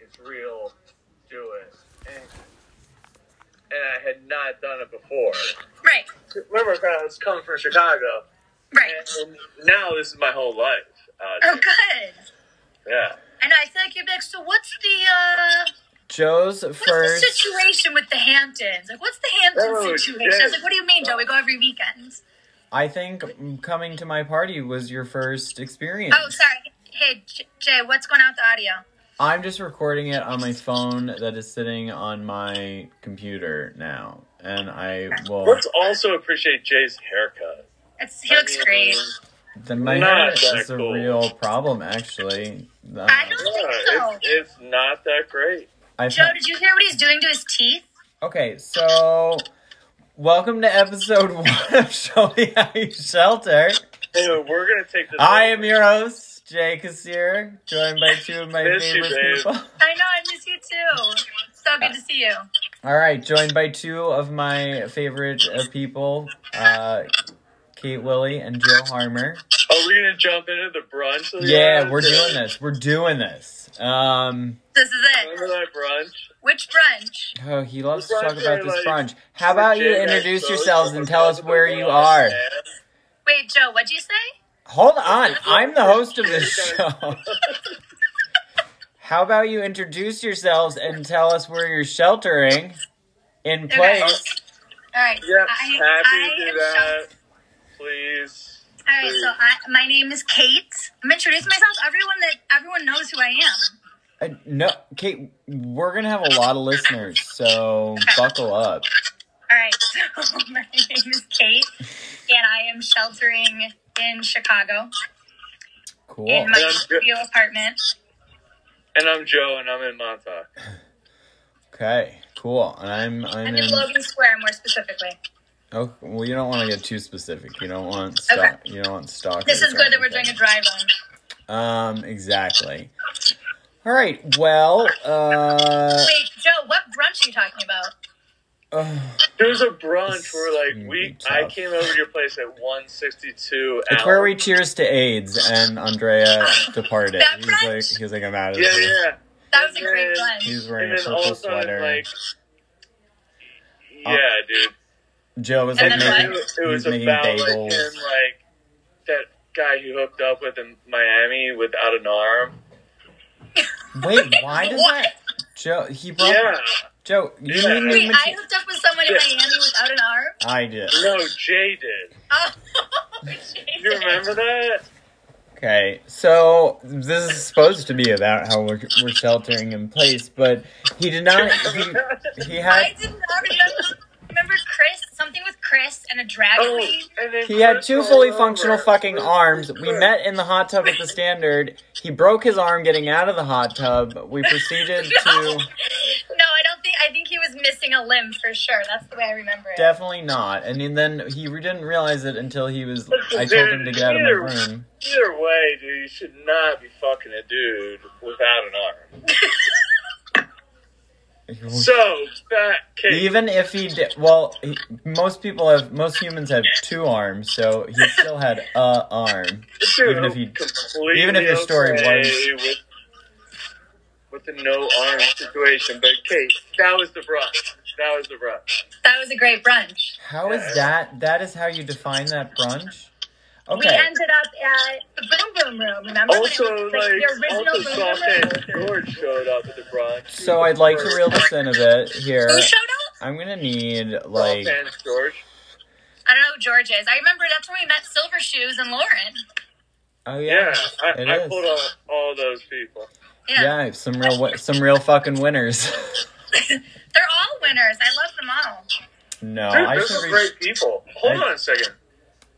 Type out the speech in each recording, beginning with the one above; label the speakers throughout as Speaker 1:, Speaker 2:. Speaker 1: it's real, do it. And, and I had not done it before.
Speaker 2: Right.
Speaker 1: Remember, I was coming from Chicago,
Speaker 2: Right.
Speaker 1: and now this is my whole life. Uh,
Speaker 2: Oh, good.
Speaker 1: yeah.
Speaker 2: And I think you're next to what's the uh
Speaker 3: Joe's
Speaker 2: what's the
Speaker 3: first.
Speaker 2: situation with the Hamptons? Like what's the Hampton
Speaker 1: Oh,
Speaker 2: situation? I was like, what do you mean, Joe? We go every weekend.
Speaker 3: I think coming to my party was your first experience.
Speaker 2: Oh, sorry. Hey J- Jay, what's going on with the audio?
Speaker 3: I'm just recording it on my phone that is sitting on my computer now, and I will.
Speaker 1: Let's also appreciate Jay's haircut.
Speaker 2: It's, he looks
Speaker 1: I mean,
Speaker 2: great.
Speaker 3: The, my hair
Speaker 1: Not that
Speaker 3: is a
Speaker 1: cool.
Speaker 3: real problem, actually. Uh,
Speaker 2: I don't
Speaker 1: Yeah,
Speaker 2: think so.
Speaker 1: it's, it's not that great.
Speaker 3: I
Speaker 2: Joe,
Speaker 3: found-
Speaker 2: did you hear what he's doing to his teeth?
Speaker 3: Okay, so welcome to episode one of Show Me How You Shelter.
Speaker 1: Anyway, we're gonna take this.
Speaker 3: I am your host, Jay Kassir, joined by two of my
Speaker 1: Miss you,
Speaker 3: favorite
Speaker 1: babe.
Speaker 3: people.
Speaker 2: I know, I miss you too. So good to see you.
Speaker 3: All right, joined by two of my favorite uh, people, uh, Kate Willie and Joe Harmer.
Speaker 1: Are we gonna jump into the brunch? that we
Speaker 3: Yeah,
Speaker 1: had?
Speaker 3: we're doing this. We're doing this. Um,
Speaker 2: This is
Speaker 1: Remember
Speaker 2: it.
Speaker 1: that brunch?
Speaker 2: Which brunch?
Speaker 3: oh, he loves to
Speaker 1: Brunch
Speaker 3: talk about this
Speaker 1: everybody's-
Speaker 3: brunch. How about you
Speaker 1: Jay
Speaker 3: introduce
Speaker 1: Rexos,
Speaker 3: yourselves and tell us where you are?
Speaker 2: Wait, Joe, what'd you say?
Speaker 3: Hold on, I'm the host of this show. How about you introduce yourselves and tell us where you're sheltering in place?
Speaker 2: All right.
Speaker 1: Yep,
Speaker 2: I,
Speaker 1: happy
Speaker 2: I
Speaker 1: to
Speaker 2: am
Speaker 1: do that. Please.
Speaker 2: All right, so I, my name is Kate. I'm introducing myself. Everyone that everyone knows who I am.
Speaker 3: Uh, no, Kate, we're gonna have a lot of listeners, so buckle up.
Speaker 2: All right, so my name is Kate, and I am sheltering in Chicago
Speaker 3: Cool.
Speaker 2: in my
Speaker 1: Yeah.
Speaker 2: studio apartment.
Speaker 1: And I'm Joe, and I'm in Montauk.
Speaker 3: Okay, cool. And I'm
Speaker 2: I'm
Speaker 3: I'm in.
Speaker 2: in Logan Square, more specifically.
Speaker 3: Oh, well, you don't want to get too specific. You don't want stock. You don't want stock.
Speaker 2: This is good that we're doing a dry run.
Speaker 3: Um, exactly. All right. Well, uh,
Speaker 2: Wait, Joe, what brunch are you talking about?
Speaker 3: uh,
Speaker 1: There's a brunch
Speaker 3: This
Speaker 1: where like
Speaker 3: would
Speaker 1: we
Speaker 3: be
Speaker 1: I
Speaker 3: tough.
Speaker 1: came over to your place at 162.
Speaker 3: it's
Speaker 1: hour.
Speaker 3: where we cheers to AIDS, and Andrea departed.
Speaker 2: That
Speaker 3: He's
Speaker 2: brunch?
Speaker 3: like, he's like, I'm out of
Speaker 1: Yeah,
Speaker 3: this.
Speaker 1: yeah.
Speaker 2: That was a great
Speaker 1: Yeah.
Speaker 2: brunch.
Speaker 3: He's
Speaker 1: And
Speaker 3: wearing a
Speaker 1: then all
Speaker 3: purple
Speaker 1: of a sudden,
Speaker 3: sweater.
Speaker 1: like,
Speaker 3: Uh,
Speaker 1: yeah, dude.
Speaker 3: Joe was
Speaker 1: And
Speaker 3: like
Speaker 1: then
Speaker 2: And
Speaker 3: making,
Speaker 1: it,
Speaker 3: he
Speaker 1: it
Speaker 3: was
Speaker 1: was
Speaker 3: making
Speaker 1: about like him,
Speaker 3: bagels.
Speaker 1: like that guy he hooked up with in Miami without an arm.
Speaker 3: Wait, why does
Speaker 2: What?
Speaker 3: that? Joe, he brought
Speaker 1: Yeah,
Speaker 3: Joe. You
Speaker 1: Yeah.
Speaker 3: mean
Speaker 2: Wait,
Speaker 3: when
Speaker 2: I
Speaker 3: she-
Speaker 2: hooked up with someone in
Speaker 1: Yeah.
Speaker 2: Miami without an arm.
Speaker 3: I did.
Speaker 1: no, Jay did.
Speaker 2: Oh,
Speaker 1: You remember that?
Speaker 3: Okay, so this is supposed to be about how we're, we're sheltering in place, but he did not. He, he
Speaker 2: I
Speaker 3: had
Speaker 2: did not remember. Remember Chris? Something with Chris and a drag
Speaker 1: Oh,
Speaker 2: queen.
Speaker 1: and then
Speaker 3: he had
Speaker 1: Chris
Speaker 3: two
Speaker 1: rolled
Speaker 3: fully
Speaker 1: over.
Speaker 3: functional fucking
Speaker 1: Chris-
Speaker 3: arms. We
Speaker 1: Chris-
Speaker 3: met in the hot tub at the Standard. He broke his arm getting out of the hot tub. We proceeded
Speaker 2: No.
Speaker 3: to
Speaker 2: No, I don't think. I think he was missing a limb for sure. That's the way I remember it.
Speaker 3: definitely not, and then he re- didn't realize it until he was. I told him to get out of my room.
Speaker 1: Either way, dude, you should not be fucking a dude without an arm. So that case,
Speaker 3: Even if he did, well, he, most people have, most humans have two arms, so he still had a arm.
Speaker 1: dude,
Speaker 3: even if you-
Speaker 1: completely
Speaker 3: even if your story
Speaker 1: okay
Speaker 3: was-
Speaker 1: with, with the no arm situation, but Kate, that was the brush. That was the brush.
Speaker 2: That was a great brunch.
Speaker 3: How is
Speaker 1: Yeah.
Speaker 3: that? That is how you define that brunch?
Speaker 2: We
Speaker 3: Okay.
Speaker 2: ended up at the Boom Boom Room. Remember?
Speaker 1: Also,
Speaker 2: when it was,
Speaker 1: like,
Speaker 2: the original
Speaker 1: also,
Speaker 2: Boom Boom Room.
Speaker 1: Saucepan George showed up at the brunch.
Speaker 3: So I'd like to reel this in a bit here.
Speaker 2: Who showed up?
Speaker 3: I'm gonna need like
Speaker 1: Saucepan George.
Speaker 2: I don't know who George is. I remember that's when we met Silver Shoes and Lauren.
Speaker 3: oh
Speaker 1: Yeah,
Speaker 3: yeah it
Speaker 1: I, I
Speaker 3: is.
Speaker 1: pulled all, all those people.
Speaker 2: Yeah.
Speaker 3: yeah some real wi- some real fucking winners.
Speaker 2: They're all winners. I love them all.
Speaker 3: No,
Speaker 1: Dude,
Speaker 3: Uh, I
Speaker 1: those
Speaker 3: should.
Speaker 1: are
Speaker 3: Re-
Speaker 1: great people. Hold
Speaker 3: I-
Speaker 1: on a second.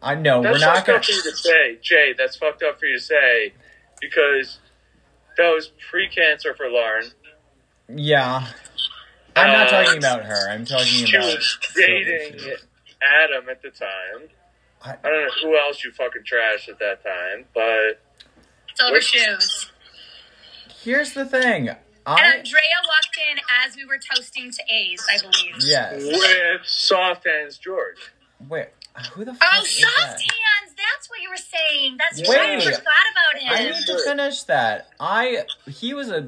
Speaker 3: I know
Speaker 1: That's
Speaker 3: we're not
Speaker 1: fucked
Speaker 3: gonna.
Speaker 1: up for you to say, Jay. That's fucked up for you to say because that was pre-cancer for Lauren.
Speaker 3: Yeah, I'm not
Speaker 1: Uh,
Speaker 3: talking about her. I'm talking
Speaker 1: She
Speaker 3: about.
Speaker 1: was
Speaker 3: Silver
Speaker 1: dating
Speaker 3: Shoes.
Speaker 1: Adam at the time.
Speaker 3: I-
Speaker 1: I, don't know who else you fucking trashed at that time, but
Speaker 2: Silver
Speaker 1: Which-
Speaker 2: Shoes.
Speaker 3: Here's the thing.
Speaker 2: And
Speaker 3: I
Speaker 2: Andrea walked in as we were toasting to A's, I believe.
Speaker 3: yes.
Speaker 1: with soft hands George.
Speaker 3: Wait, who the fuck
Speaker 2: Oh,
Speaker 3: is that?
Speaker 2: soft hands. That's what you were saying. That's right. I
Speaker 3: Wait.
Speaker 2: forgot about him.
Speaker 3: I need to finish that. I he was a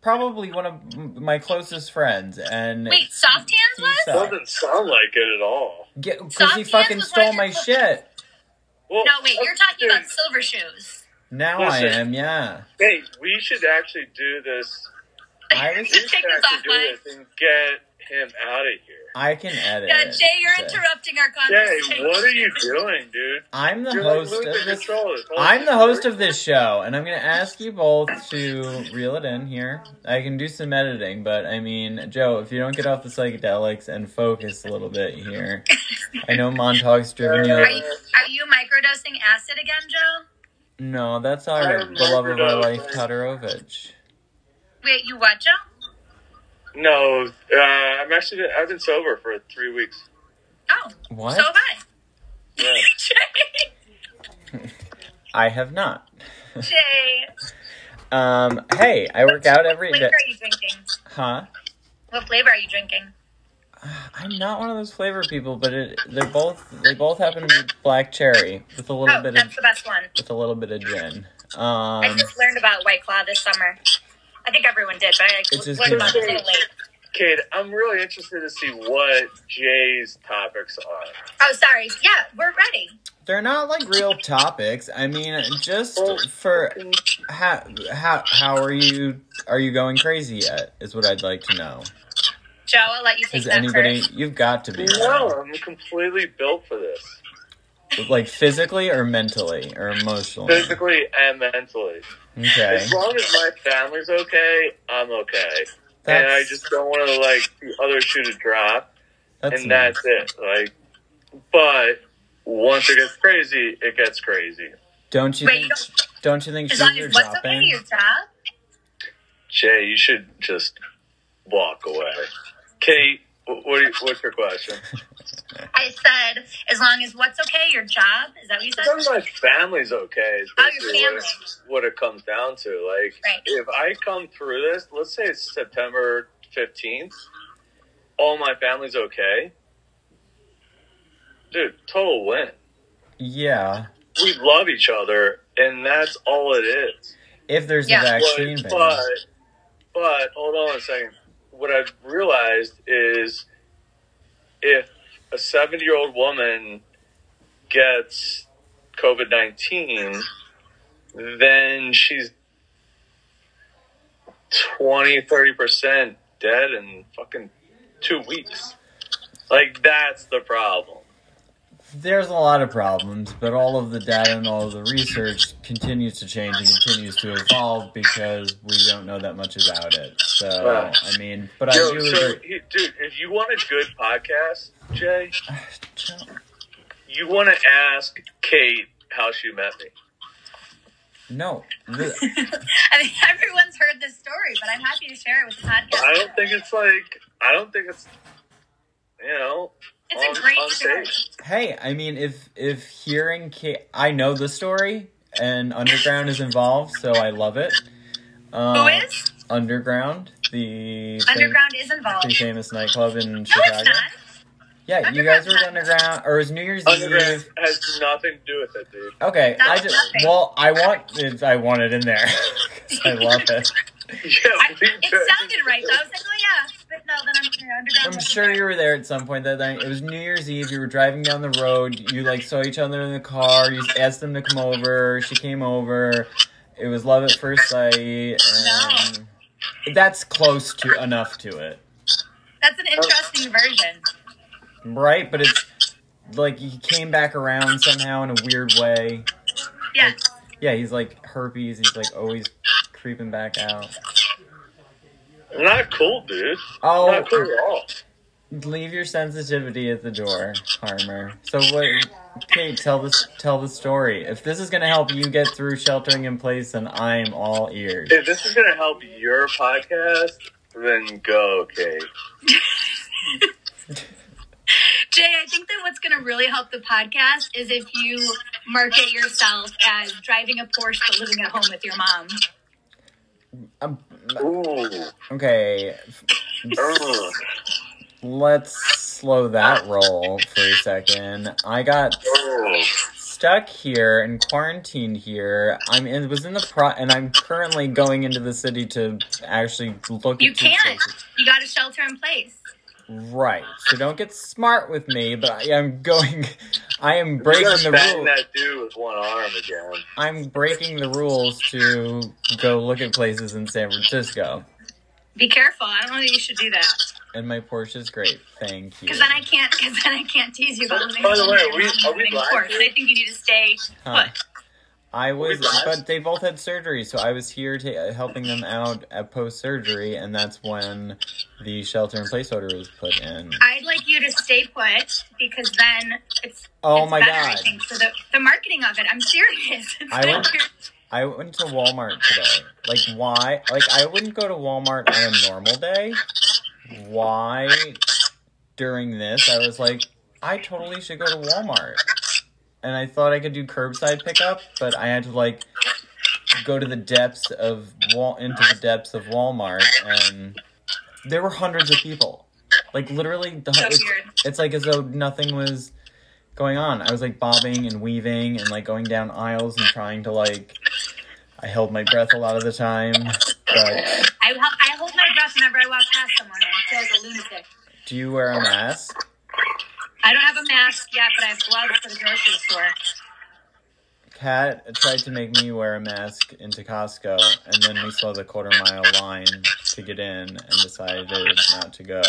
Speaker 3: probably one of m- my closest friends, and
Speaker 2: Wait, soft hands
Speaker 3: he
Speaker 2: was?
Speaker 3: sucked.
Speaker 1: Doesn't sound like it at all.
Speaker 3: because
Speaker 2: Soft
Speaker 3: he
Speaker 2: hands
Speaker 3: fucking
Speaker 2: was one
Speaker 3: stole
Speaker 2: of your
Speaker 3: my
Speaker 2: closest-
Speaker 3: shit.
Speaker 1: Well,
Speaker 2: No, wait, you're talking
Speaker 1: dude,
Speaker 2: about silver shoes.
Speaker 3: Now I
Speaker 1: Listen.
Speaker 3: am, yeah.
Speaker 1: Hey, we should actually do this.
Speaker 3: I was-
Speaker 1: We
Speaker 2: Just
Speaker 1: should
Speaker 2: take this
Speaker 1: actually
Speaker 2: off,
Speaker 1: do
Speaker 2: Mike.
Speaker 1: this and get him out of here.
Speaker 3: I can edit.
Speaker 2: Yeah, Jay, you're
Speaker 3: Okay.
Speaker 2: interrupting our conversation.
Speaker 1: Jay, what are you doing, dude?
Speaker 3: I'm the
Speaker 1: You're like
Speaker 3: host
Speaker 1: losing
Speaker 3: of this.
Speaker 1: control of this whole
Speaker 3: I'm the
Speaker 1: situation.
Speaker 3: host of this show, and I'm gonna ask you both to reel it in here. I can do some editing, but I mean, Joe, if you don't get off the psychedelics and focus a little bit here, I know Montauk's driven you.
Speaker 2: Are you, are you microdosing acid again, Joe?
Speaker 3: No, that's
Speaker 1: I
Speaker 3: our
Speaker 1: remember
Speaker 3: beloved of our
Speaker 1: those
Speaker 3: life,
Speaker 1: things.
Speaker 3: Todorovich.
Speaker 2: Wait, you what, Joe?
Speaker 1: No, uh, I'm actually. I've been sober for three weeks.
Speaker 2: Oh,
Speaker 3: What?
Speaker 2: so have I.
Speaker 1: Yeah.
Speaker 2: Jay,
Speaker 3: I have not.
Speaker 2: Jay,
Speaker 3: Um, hey, I work out every
Speaker 2: what
Speaker 3: day.
Speaker 2: flavor are you drinking?
Speaker 3: Huh?
Speaker 2: What flavor are you drinking?
Speaker 3: I'm not one of those flavor people, but it, they're both they both happen to be black cherry with a little
Speaker 2: Oh,
Speaker 3: bit
Speaker 2: that's
Speaker 3: of
Speaker 2: the best one.
Speaker 3: with a little bit of gin.
Speaker 2: I
Speaker 3: Um,
Speaker 2: just learned about White Claw this summer. I think everyone did, but I
Speaker 3: It's just
Speaker 2: learned about it
Speaker 1: good.
Speaker 2: so late.
Speaker 1: Kid, I'm really interested to see what Jay's topics are.
Speaker 2: Oh, sorry. Yeah, we're ready.
Speaker 3: they're not like real topics. I mean, just for how how how are you are you going crazy yet? Is what I'd like to know.
Speaker 2: Joe, I'll let you take
Speaker 3: Is
Speaker 2: that
Speaker 3: anybody?
Speaker 2: first.
Speaker 3: You've got to be
Speaker 1: No, I'm completely built for this,
Speaker 3: like physically or mentally or emotionally.
Speaker 1: physically and mentally.
Speaker 3: Okay,
Speaker 1: As long as my family's okay, I'm okay. And I
Speaker 3: that's
Speaker 1: just don't want to like the other shoe to drop,
Speaker 3: that's
Speaker 1: and
Speaker 3: nice.
Speaker 1: that's it. Like, but once it gets crazy, it gets crazy.
Speaker 3: Don't you
Speaker 2: Wait,
Speaker 3: think? Don't you think
Speaker 2: As
Speaker 3: shoes
Speaker 2: long
Speaker 3: are
Speaker 2: as what's okay,
Speaker 3: dropping?
Speaker 2: your job?
Speaker 1: Jay, you should just walk away. Kate, wh- what do you, what's your question?
Speaker 2: I said, as long as what's okay, your job. Is that what you said?
Speaker 1: As long as my family's okay, is
Speaker 2: Oh, your
Speaker 1: basically what it,
Speaker 2: family.
Speaker 1: what it comes down to. Like,
Speaker 2: Right.
Speaker 1: if I come through this, let's say it's September 15th, all my family's okay. Dude, total win.
Speaker 3: Yeah.
Speaker 1: We love each other, and that's all it is.
Speaker 3: If there's
Speaker 2: Yeah.
Speaker 3: a vaccine,
Speaker 1: But,
Speaker 3: but,
Speaker 1: but, but hold on a second. What I've realized is if a 70 year old woman gets COVID 19, then she's 20, 30% dead in fucking two weeks. Like, that's the problem.
Speaker 3: there's a lot of problems. But all of the data and all of the research continues to change and continues to evolve because we don't know that much about it. So
Speaker 1: Right.
Speaker 3: I mean, but I
Speaker 1: Yo,
Speaker 3: do
Speaker 1: so,
Speaker 3: agree.
Speaker 1: he- dude, if you want a good podcast, Jay,
Speaker 3: Joe,
Speaker 1: you want to ask Kate how she met me.
Speaker 3: No, the-
Speaker 2: I mean, everyone's heard this story, but I'm happy to share it with the podcast.
Speaker 1: I don't think it's like I don't think it's you know on-
Speaker 2: it's a great
Speaker 1: on
Speaker 2: story.
Speaker 1: stage.
Speaker 3: hey, I mean, if if hearing, Ka- I know the story, and Underground is involved, so I love it.
Speaker 2: Who
Speaker 3: Um,
Speaker 2: is?
Speaker 3: Underground? The fam-
Speaker 2: Underground is
Speaker 3: pretty
Speaker 2: involved.
Speaker 3: famous nightclub in
Speaker 2: No,
Speaker 3: Chicago.
Speaker 2: it's not.
Speaker 3: Yeah, you
Speaker 2: Underground's
Speaker 3: guys were
Speaker 2: not.
Speaker 3: underground, or it was New Year's
Speaker 1: underground
Speaker 3: Eve.
Speaker 1: has nothing to do with it, dude.
Speaker 3: Okay,
Speaker 2: That's
Speaker 3: I just
Speaker 2: nothing.
Speaker 3: well, I want it, I want it in there. 'Cause I love it.
Speaker 1: Yeah,
Speaker 2: I,
Speaker 1: we
Speaker 2: it
Speaker 1: did.
Speaker 2: sounded right, though. I was like, oh, yeah. But no, then I'm sure Underground
Speaker 3: I'm
Speaker 2: was
Speaker 3: sure
Speaker 2: there.
Speaker 3: you were there at some point that night. It was New Year's Eve. You were driving down the road. You like saw each other in the car. You asked them to come over. She came over. It was love at first sight. And That's close to enough to it,
Speaker 2: That's an
Speaker 3: Oh.
Speaker 2: interesting version.
Speaker 3: right? But it's like he came back around somehow in a weird way.
Speaker 2: Yeah.
Speaker 3: Yeah, he's like herpes. He's like always creeping back out.
Speaker 1: Not cool, dude.
Speaker 3: Oh,
Speaker 1: Not cool at all.
Speaker 3: leave your sensitivity at the door, Harmer. So what? Kate, tell this tell the story. If this is gonna help you get through sheltering in place, then I'm all ears.
Speaker 1: If this is gonna help your podcast, then go, Kate.
Speaker 2: Jay, I think that what's going to really help the podcast is if you market yourself as driving a Porsche but living at home with your mom.
Speaker 3: Um,
Speaker 1: Ooh. Uh,
Speaker 3: okay,
Speaker 1: Ugh.
Speaker 3: let's slow that roll for a second. I got
Speaker 1: uh. Ugh.
Speaker 3: stuck here and quarantined here. I'm in was in the pro and I'm currently going into the city to actually look
Speaker 2: You
Speaker 3: at food
Speaker 2: can't.
Speaker 3: sources.
Speaker 2: You got to shelter in place.
Speaker 3: Right. So don't get smart with me, but I am going I am
Speaker 1: We're
Speaker 3: breaking
Speaker 1: gonna
Speaker 3: the
Speaker 1: fatten
Speaker 3: rules.
Speaker 1: that dude with one arm again.
Speaker 3: I'm breaking the rules to go look at places in San Francisco.
Speaker 2: Be careful. I don't know that you should do that
Speaker 3: And my Porsche is great. Thank you.
Speaker 2: because then I can't. Because then I can't tease you about living.
Speaker 1: By the way,
Speaker 2: alone
Speaker 1: are we-
Speaker 2: and
Speaker 1: are we
Speaker 2: living
Speaker 1: live
Speaker 2: course.
Speaker 1: here?
Speaker 2: I think you need to stay.
Speaker 3: Huh.
Speaker 2: What?
Speaker 3: I was,
Speaker 1: We're blessed.
Speaker 3: but they both had surgery, so I was here to, uh, helping them out at post surgery, and that's when the shelter in place order was put in.
Speaker 2: I'd like you to stay put because then it's.
Speaker 3: Oh
Speaker 2: it's
Speaker 3: my
Speaker 2: better, I
Speaker 3: God.
Speaker 2: think, for the, the marketing of it. I'm serious. It's
Speaker 3: I
Speaker 2: better.
Speaker 3: went- I went to Walmart today. Like, why? Like, I wouldn't go to Walmart on a normal day. Why during this? I was like, I totally should go to Walmart. And I thought I could do curbside pickup, but I had to, like, go to the depths of Wal into the depths of Walmart, and there were hundreds of people. Like, literally, the,
Speaker 2: So
Speaker 3: it's,
Speaker 2: weird.
Speaker 3: it's like as though nothing was going on. I was like bobbing and weaving and like going down aisles and trying to like. I held my breath a lot of the time, but
Speaker 2: I, hel- I hold my breath whenever I walk past someone. I feel like a lunatic.
Speaker 3: do you wear a mask?
Speaker 2: I don't have a mask yet, but I have gloves for the grocery store.
Speaker 3: Kat tried to make me wear a mask into Costco, and then we saw the quarter mile line to get in and decided not to go.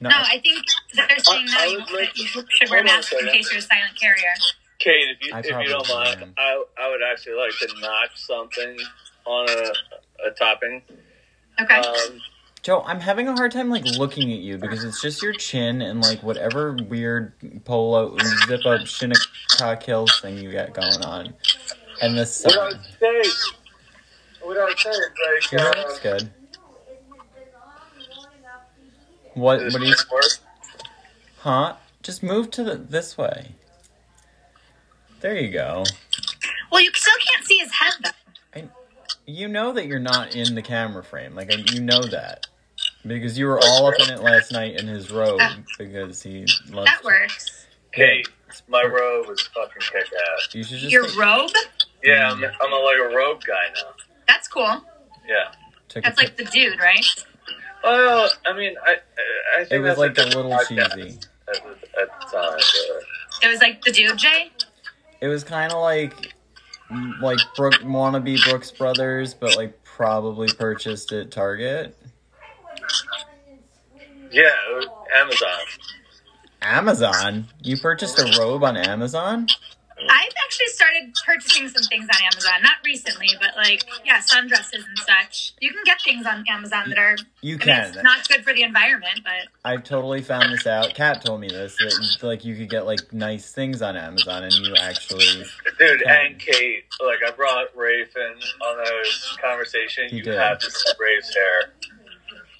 Speaker 3: No,
Speaker 2: No, I think they're saying
Speaker 1: Oh, I
Speaker 2: now you,
Speaker 1: would like-
Speaker 2: you should
Speaker 1: hold on
Speaker 2: wear
Speaker 1: a
Speaker 2: masks in
Speaker 1: second.
Speaker 2: case you're a silent carrier.
Speaker 1: Kate, if you
Speaker 3: I
Speaker 1: if
Speaker 3: probably
Speaker 1: you don't mind,
Speaker 3: am.
Speaker 1: I I would actually like to knock something on a a topping.
Speaker 2: Okay.
Speaker 1: Um,
Speaker 3: Joe, I'm having a hard time like looking at you because it's just your chin and like whatever weird polo zip up Shinnecock Hills thing you got going on, and the
Speaker 1: what I would
Speaker 3: sun.
Speaker 1: say, what I would say is
Speaker 3: Your
Speaker 1: like,
Speaker 3: looks
Speaker 1: uh,
Speaker 3: good. What?
Speaker 1: does
Speaker 3: What do you?
Speaker 1: this work?
Speaker 3: Huh? Just move to the this way. There you go.
Speaker 2: well, you still can't see his head though.
Speaker 3: You know that you're not in the camera frame. Like I- you know that because you were all up in it last night in his robe because he loves.
Speaker 2: That works.
Speaker 1: Kate, my robe was fucking kick ass.
Speaker 3: You should just
Speaker 2: Your
Speaker 3: like,
Speaker 2: robe?
Speaker 1: Yeah, I'm, I'm a, like a robe guy now.
Speaker 2: That's cool.
Speaker 1: Yeah.
Speaker 3: took a
Speaker 2: That's like the dude, right?
Speaker 1: Well, I mean, I I I think
Speaker 3: It was
Speaker 1: that's
Speaker 3: like a
Speaker 1: different
Speaker 3: little
Speaker 1: podcast
Speaker 3: cheesy.
Speaker 1: At, the- at the time, but-
Speaker 2: It was like the dude, Jay.
Speaker 3: It was kind of like like Brook wannabe Brooks Brothers, but like probably purchased at Target,
Speaker 1: yeah, it was Amazon.
Speaker 3: Amazon. You purchased a robe on Amazon?
Speaker 2: I've actually started purchasing some things on Amazon. Not recently, but like yeah, sundresses and such. You can get things on Amazon that are
Speaker 3: You
Speaker 2: I mean, it's
Speaker 3: can.
Speaker 2: not good for the environment, but
Speaker 3: I've totally found this out. Kat told me this that like you could get like nice things on Amazon, and you actually
Speaker 1: Dude,
Speaker 3: Okay.
Speaker 1: and Kate, like I brought Rafe in on a conversation.
Speaker 3: He
Speaker 1: you
Speaker 3: did.
Speaker 1: have to see Rafe's hair.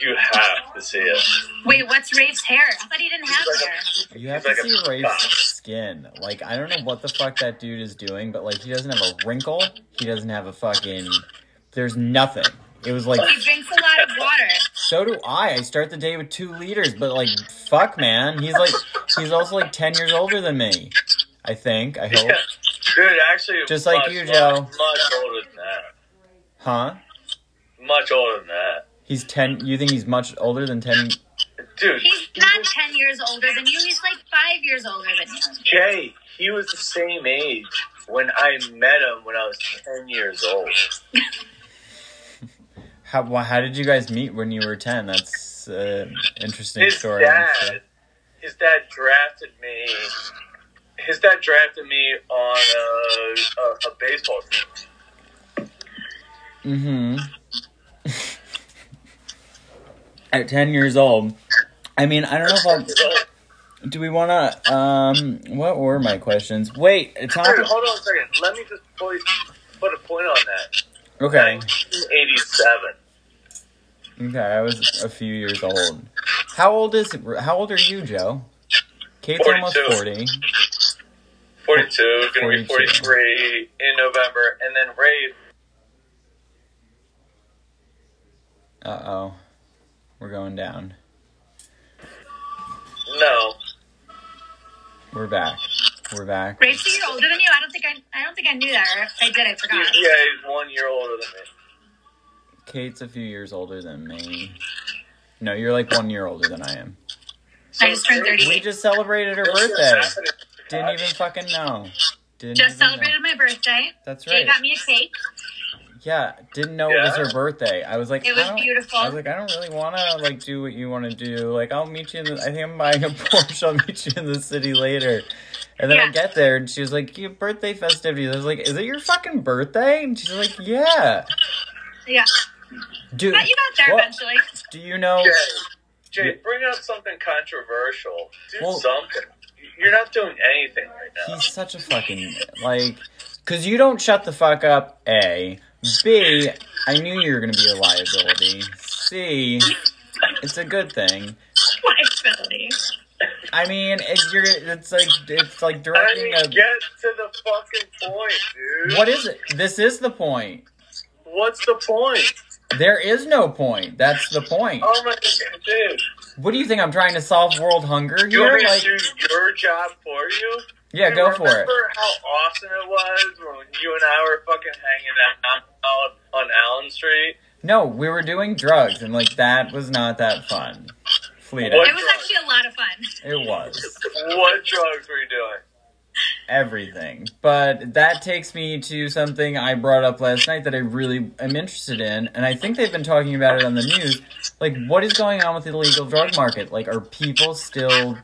Speaker 1: You have to see it.
Speaker 2: wait, what's Rafe's hair? I thought he didn't have
Speaker 1: He's like a-
Speaker 2: hair.
Speaker 3: you have
Speaker 1: He's
Speaker 3: to
Speaker 1: like
Speaker 3: see
Speaker 1: a
Speaker 3: Rafe's skin. Like I don't know what the fuck that dude is doing, but like he doesn't have a wrinkle. He doesn't have a fucking. There's nothing. It was like
Speaker 2: He drinks a lot of water.
Speaker 3: So do I. I start the day with two liters, but like, fuck, man. He's like, he's also like ten years older than me. I think. I hope.
Speaker 1: Yeah. Dude, actually,
Speaker 3: Just like
Speaker 1: much,
Speaker 3: you,
Speaker 1: much-
Speaker 3: Joe.
Speaker 1: Much older than that.
Speaker 3: Huh?
Speaker 1: Much older than that.
Speaker 3: He's ten. You think he's much older than ten?
Speaker 1: Dude,
Speaker 2: He's
Speaker 1: he
Speaker 2: not
Speaker 1: was-
Speaker 2: ten years older than you. He's like five years older than you.
Speaker 1: Jay, he was the same age when I met him when I was ten years old.
Speaker 3: How? wh- How did you guys meet when you were ten? That's an interesting
Speaker 1: His
Speaker 3: story.
Speaker 1: dad, his dad drafted me. His dad drafted me on a, a, a baseball team.
Speaker 3: Mm-hmm. At ten years old. I mean, I don't know if I'll. Do we want to? Um, what were my questions? Wait, a
Speaker 1: Dude,
Speaker 3: topic.
Speaker 1: hold on a second. Let me just put, put a point on that.
Speaker 3: Okay.
Speaker 1: 1987.
Speaker 3: Okay, I was a few years old. How old is how old are you, Joe? Kate's almost
Speaker 1: 42.
Speaker 3: forty.
Speaker 1: 42, gonna be
Speaker 3: 42.
Speaker 1: 43 in November, and then Ray.
Speaker 3: Uh oh, we're going down.
Speaker 1: No,
Speaker 3: We're back. We're back.
Speaker 2: Rachel, you're older than you. I don't think I. I don't think I knew that. Or if I did, I
Speaker 1: Yeah,
Speaker 2: forgot.
Speaker 1: he's one year older than me.
Speaker 3: Kate's a few years older than me. No, you're like one year older than I am.
Speaker 2: I just turned
Speaker 1: What's
Speaker 2: 30.
Speaker 3: We just celebrated her birthday.
Speaker 1: happening?
Speaker 3: Didn't even fucking know. Didn't even
Speaker 2: Just
Speaker 3: know.
Speaker 2: celebrated my birthday.
Speaker 3: That's
Speaker 2: Jay
Speaker 3: right.
Speaker 2: got me a cake.
Speaker 3: Yeah, didn't know it was her birthday. I was like,
Speaker 2: It was
Speaker 3: I don't-
Speaker 2: beautiful.
Speaker 3: I was like, I don't really want to like do what you want to do. Like, I'll meet you in. The, I think I'm buying a Porsche. I'll meet you in the city later. And then I
Speaker 2: Yeah.
Speaker 3: get there, and she was like, "Your birthday festivities." I was like, "Is it your fucking birthday?" And she's like, "Yeah,
Speaker 2: Yeah,
Speaker 3: dude."
Speaker 2: but you got there
Speaker 3: what-
Speaker 2: eventually.
Speaker 3: Do you know?
Speaker 1: Jay, Jay, bring up something controversial. Do
Speaker 3: Well-
Speaker 1: something. You're not doing anything right now.
Speaker 3: He's such a fucking like, cause you don't shut the fuck up. A, B. I knew you were gonna be a liability. C. It's a good thing.
Speaker 2: Liability.
Speaker 3: I mean, it, you're, it's like it's like
Speaker 1: I
Speaker 3: directing
Speaker 1: mean,
Speaker 3: a.
Speaker 1: get to the fucking point, dude.
Speaker 3: What is it? This is the point.
Speaker 1: What's the point?
Speaker 3: There is no point. That's the point.
Speaker 1: Oh my god, dude.
Speaker 3: What do you think? I'm trying to solve world hunger
Speaker 1: Do you
Speaker 3: here?
Speaker 1: want me
Speaker 3: Like,
Speaker 1: to do your job for you?
Speaker 3: yeah,
Speaker 1: Dude,
Speaker 3: go for it.
Speaker 1: Remember how awesome it was when you and I were fucking hanging out on Allen Street?
Speaker 3: No, we were doing drugs, and like that was not that fun. Fleeta,
Speaker 1: What?
Speaker 2: It was actually a lot of fun.
Speaker 3: it was.
Speaker 1: What drugs were you doing?
Speaker 3: everything. But that takes me to something I brought up last night that I really am interested in, and I think they've been talking about it on the news. Like, what is going on with the illegal drug market? Like, are people still.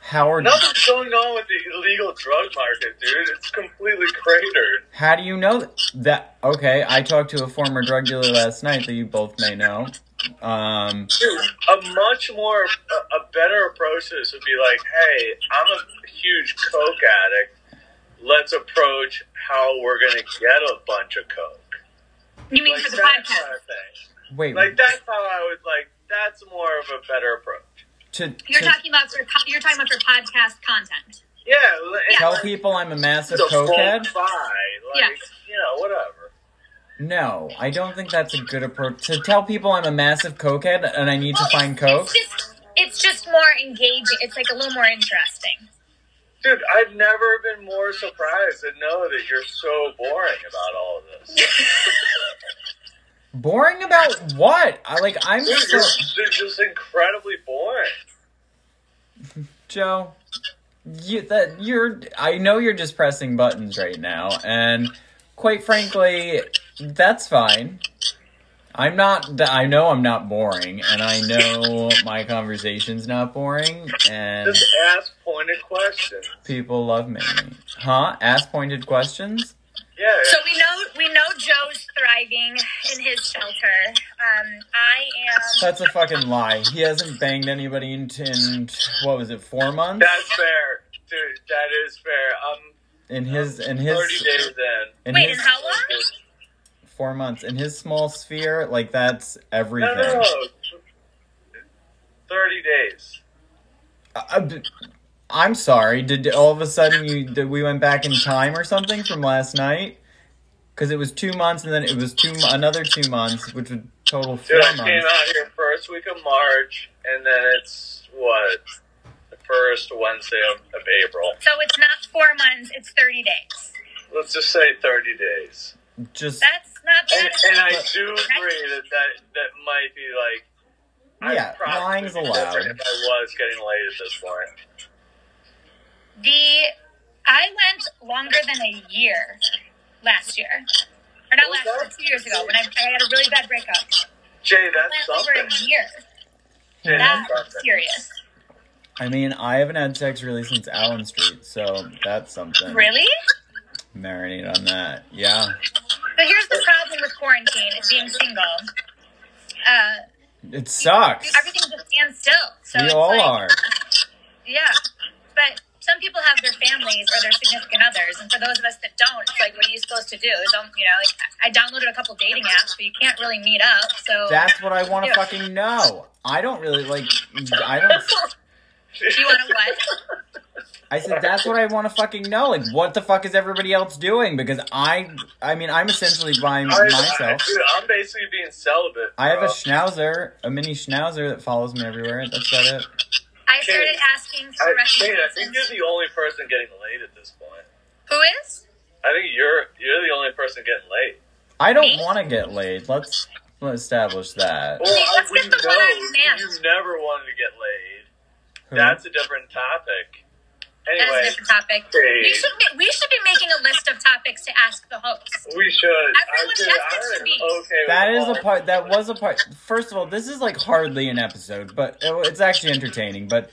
Speaker 3: How are.
Speaker 1: Nothing's going on with the illegal drug market, dude. It's completely cratered.
Speaker 3: How do you know that? Okay, I talked to a former drug dealer last night that you both may know. Um,
Speaker 1: Dude, a much more, a, a better approach to this would be like, hey, I'm a huge coke addict. Let's approach how we're gonna get a bunch of coke.
Speaker 2: You mean
Speaker 1: Like
Speaker 2: for the
Speaker 1: that
Speaker 2: podcast?
Speaker 1: kind of thing.
Speaker 3: wait,
Speaker 1: Like that's how I would like. That's more of a better approach.
Speaker 3: to,
Speaker 2: You're
Speaker 3: to
Speaker 2: talking about for co- you're talking about for podcast content.
Speaker 1: Yeah,
Speaker 3: tell
Speaker 1: like,
Speaker 3: people I'm a massive
Speaker 1: the full buy.
Speaker 3: cokehead?
Speaker 1: Like,
Speaker 2: Yeah.
Speaker 1: you know, whatever.
Speaker 3: No, I don't think that's a good approach. To tell people I'm a massive cokehead and I need to
Speaker 2: Well,
Speaker 3: find
Speaker 2: it's-
Speaker 3: coke?
Speaker 2: It's just, it's just more engaging. It's like a little more interesting.
Speaker 1: Dude, I've never been more surprised to know that you're so boring about all of this.
Speaker 3: Boring about what? I like I'm
Speaker 1: Dude,
Speaker 3: so
Speaker 1: you're, you're just incredibly boring.
Speaker 3: Joe. You that you're I know you're just pressing buttons right now and quite frankly that's fine. I'm not I know I'm not boring and I know my conversation's not boring and
Speaker 1: Just ask pointed questions.
Speaker 3: people love me. Huh? Ask pointed questions?
Speaker 1: Yeah,
Speaker 2: So we know we know Joe's thriving in his shelter. Um, I am.
Speaker 3: That's a fucking lie. He hasn't banged anybody in, in what was it, 4 months?
Speaker 1: that's fair. Dude, that is fair. I'm
Speaker 3: In his in
Speaker 1: 30
Speaker 3: his
Speaker 1: days in.
Speaker 3: in
Speaker 2: Wait,
Speaker 3: his
Speaker 2: and how long?
Speaker 3: four months in his small sphere like that's
Speaker 1: No,
Speaker 3: everything
Speaker 1: no, no. 30 days.
Speaker 3: I, am sorry did all of a sudden you did we went back in time or something from last night because it was two months and then it was two mo- another two months which would total four
Speaker 1: Dude, I came
Speaker 3: months
Speaker 1: out here first week of March, and then it's what? The first Wednesday of, of April.
Speaker 2: So it's not four months. It's thirty days.
Speaker 1: Let's just say 30 days.
Speaker 3: just
Speaker 2: That's not
Speaker 1: And,
Speaker 2: bad.
Speaker 1: and uh, I do agree that that, that might be like. I'd
Speaker 3: yeah
Speaker 1: probably
Speaker 3: lying's
Speaker 1: be
Speaker 3: allowed
Speaker 1: different If I was getting laid at this point.
Speaker 2: the I went longer than a year last year, or not
Speaker 1: What was
Speaker 2: last year,
Speaker 1: that?
Speaker 2: two years ago when I, I had a really bad breakup.
Speaker 1: Jay,
Speaker 2: I
Speaker 1: that's
Speaker 2: went over
Speaker 1: something.
Speaker 2: a year.
Speaker 1: Jay,
Speaker 2: That's
Speaker 1: that's something.
Speaker 2: serious.
Speaker 3: i mean i haven't had sex really since allen street so that's something
Speaker 2: Really?
Speaker 3: marinate on that yeah
Speaker 2: But here's the problem with quarantine and being single. Uh,
Speaker 3: it sucks
Speaker 2: everything just stands still. So
Speaker 3: we
Speaker 2: it's
Speaker 3: all
Speaker 2: like,
Speaker 3: are
Speaker 2: Yeah, but some people have their families or their significant others, and for those of us that don't, it's like, what are you supposed to do? Don't you know? Like, I downloaded a couple dating apps, but you can't really meet up. So
Speaker 3: That's what I want to
Speaker 2: Yeah.
Speaker 3: fucking know. I don't really like. I don't.
Speaker 2: do you want to what?
Speaker 3: I said that's what I want to fucking know. Like, what the fuck is everybody else doing? Because I, I mean, I'm essentially by
Speaker 1: I- I-
Speaker 3: myself.
Speaker 1: dude, I'm basically being celibate.
Speaker 3: I have a
Speaker 1: bro.
Speaker 3: schnauzer, a mini schnauzer that follows me everywhere. That's about it.
Speaker 2: I I started asking for
Speaker 1: I, Shane, Uh, I think
Speaker 2: recommendations.
Speaker 1: you're the only person getting late at this point.
Speaker 2: Who is?
Speaker 1: I think you're you're the only person getting late.
Speaker 3: I don't
Speaker 2: Me?
Speaker 3: want to get laid. Let's let's establish that.
Speaker 1: Well, I
Speaker 2: let's get
Speaker 1: wouldn't
Speaker 2: the one
Speaker 1: know.
Speaker 2: eyed man.
Speaker 1: You never wanted to get laid. Oh, That's a different topic. Anyway,
Speaker 2: That's a different topic.
Speaker 1: hey.
Speaker 2: We should ma- we should be making a list of topics to ask the host.
Speaker 1: we should. I
Speaker 2: Everyone
Speaker 1: did.
Speaker 2: has to
Speaker 1: I am
Speaker 2: speak.
Speaker 1: okay.
Speaker 3: that
Speaker 1: with
Speaker 3: is
Speaker 1: all
Speaker 3: a part. That was a part. First of all, this is like hardly an episode, but it- it's actually entertaining. But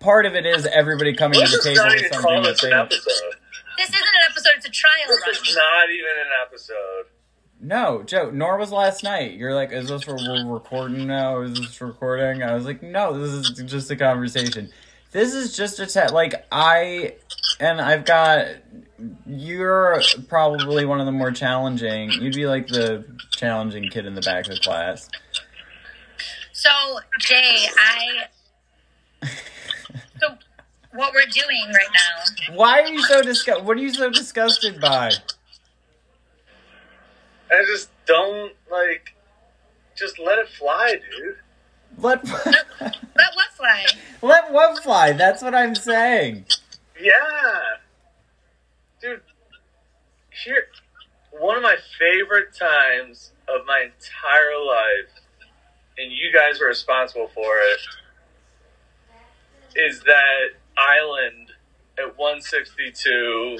Speaker 3: part of it is everybody coming
Speaker 1: Let's
Speaker 3: to the
Speaker 1: just
Speaker 3: table
Speaker 1: not
Speaker 3: with
Speaker 1: even call
Speaker 3: something
Speaker 1: this an
Speaker 3: that they.
Speaker 1: episode.
Speaker 2: This isn't an episode; it's a trial
Speaker 1: This
Speaker 2: run.
Speaker 1: is not even an episode.
Speaker 3: No, Joe. Nor was last night. You're like, is this what we're recording now? Is this recording? I was like, no, this is just a conversation. This is just a chat. Like I, and I've got. You're probably one of the more challenging. You'd be like the challenging kid in the back of the class.
Speaker 2: So, Jay, I. So, what we're doing right now?
Speaker 3: Why are you so disgust? What are you so disgusted by?
Speaker 1: I just don't like. Just let it fly, dude.
Speaker 3: Let
Speaker 2: Let what fly?
Speaker 3: let one fly. That's what I'm saying.
Speaker 1: Yeah, dude. Here, one of my favorite times of my entire life, and you guys were responsible for it, is that island at 162.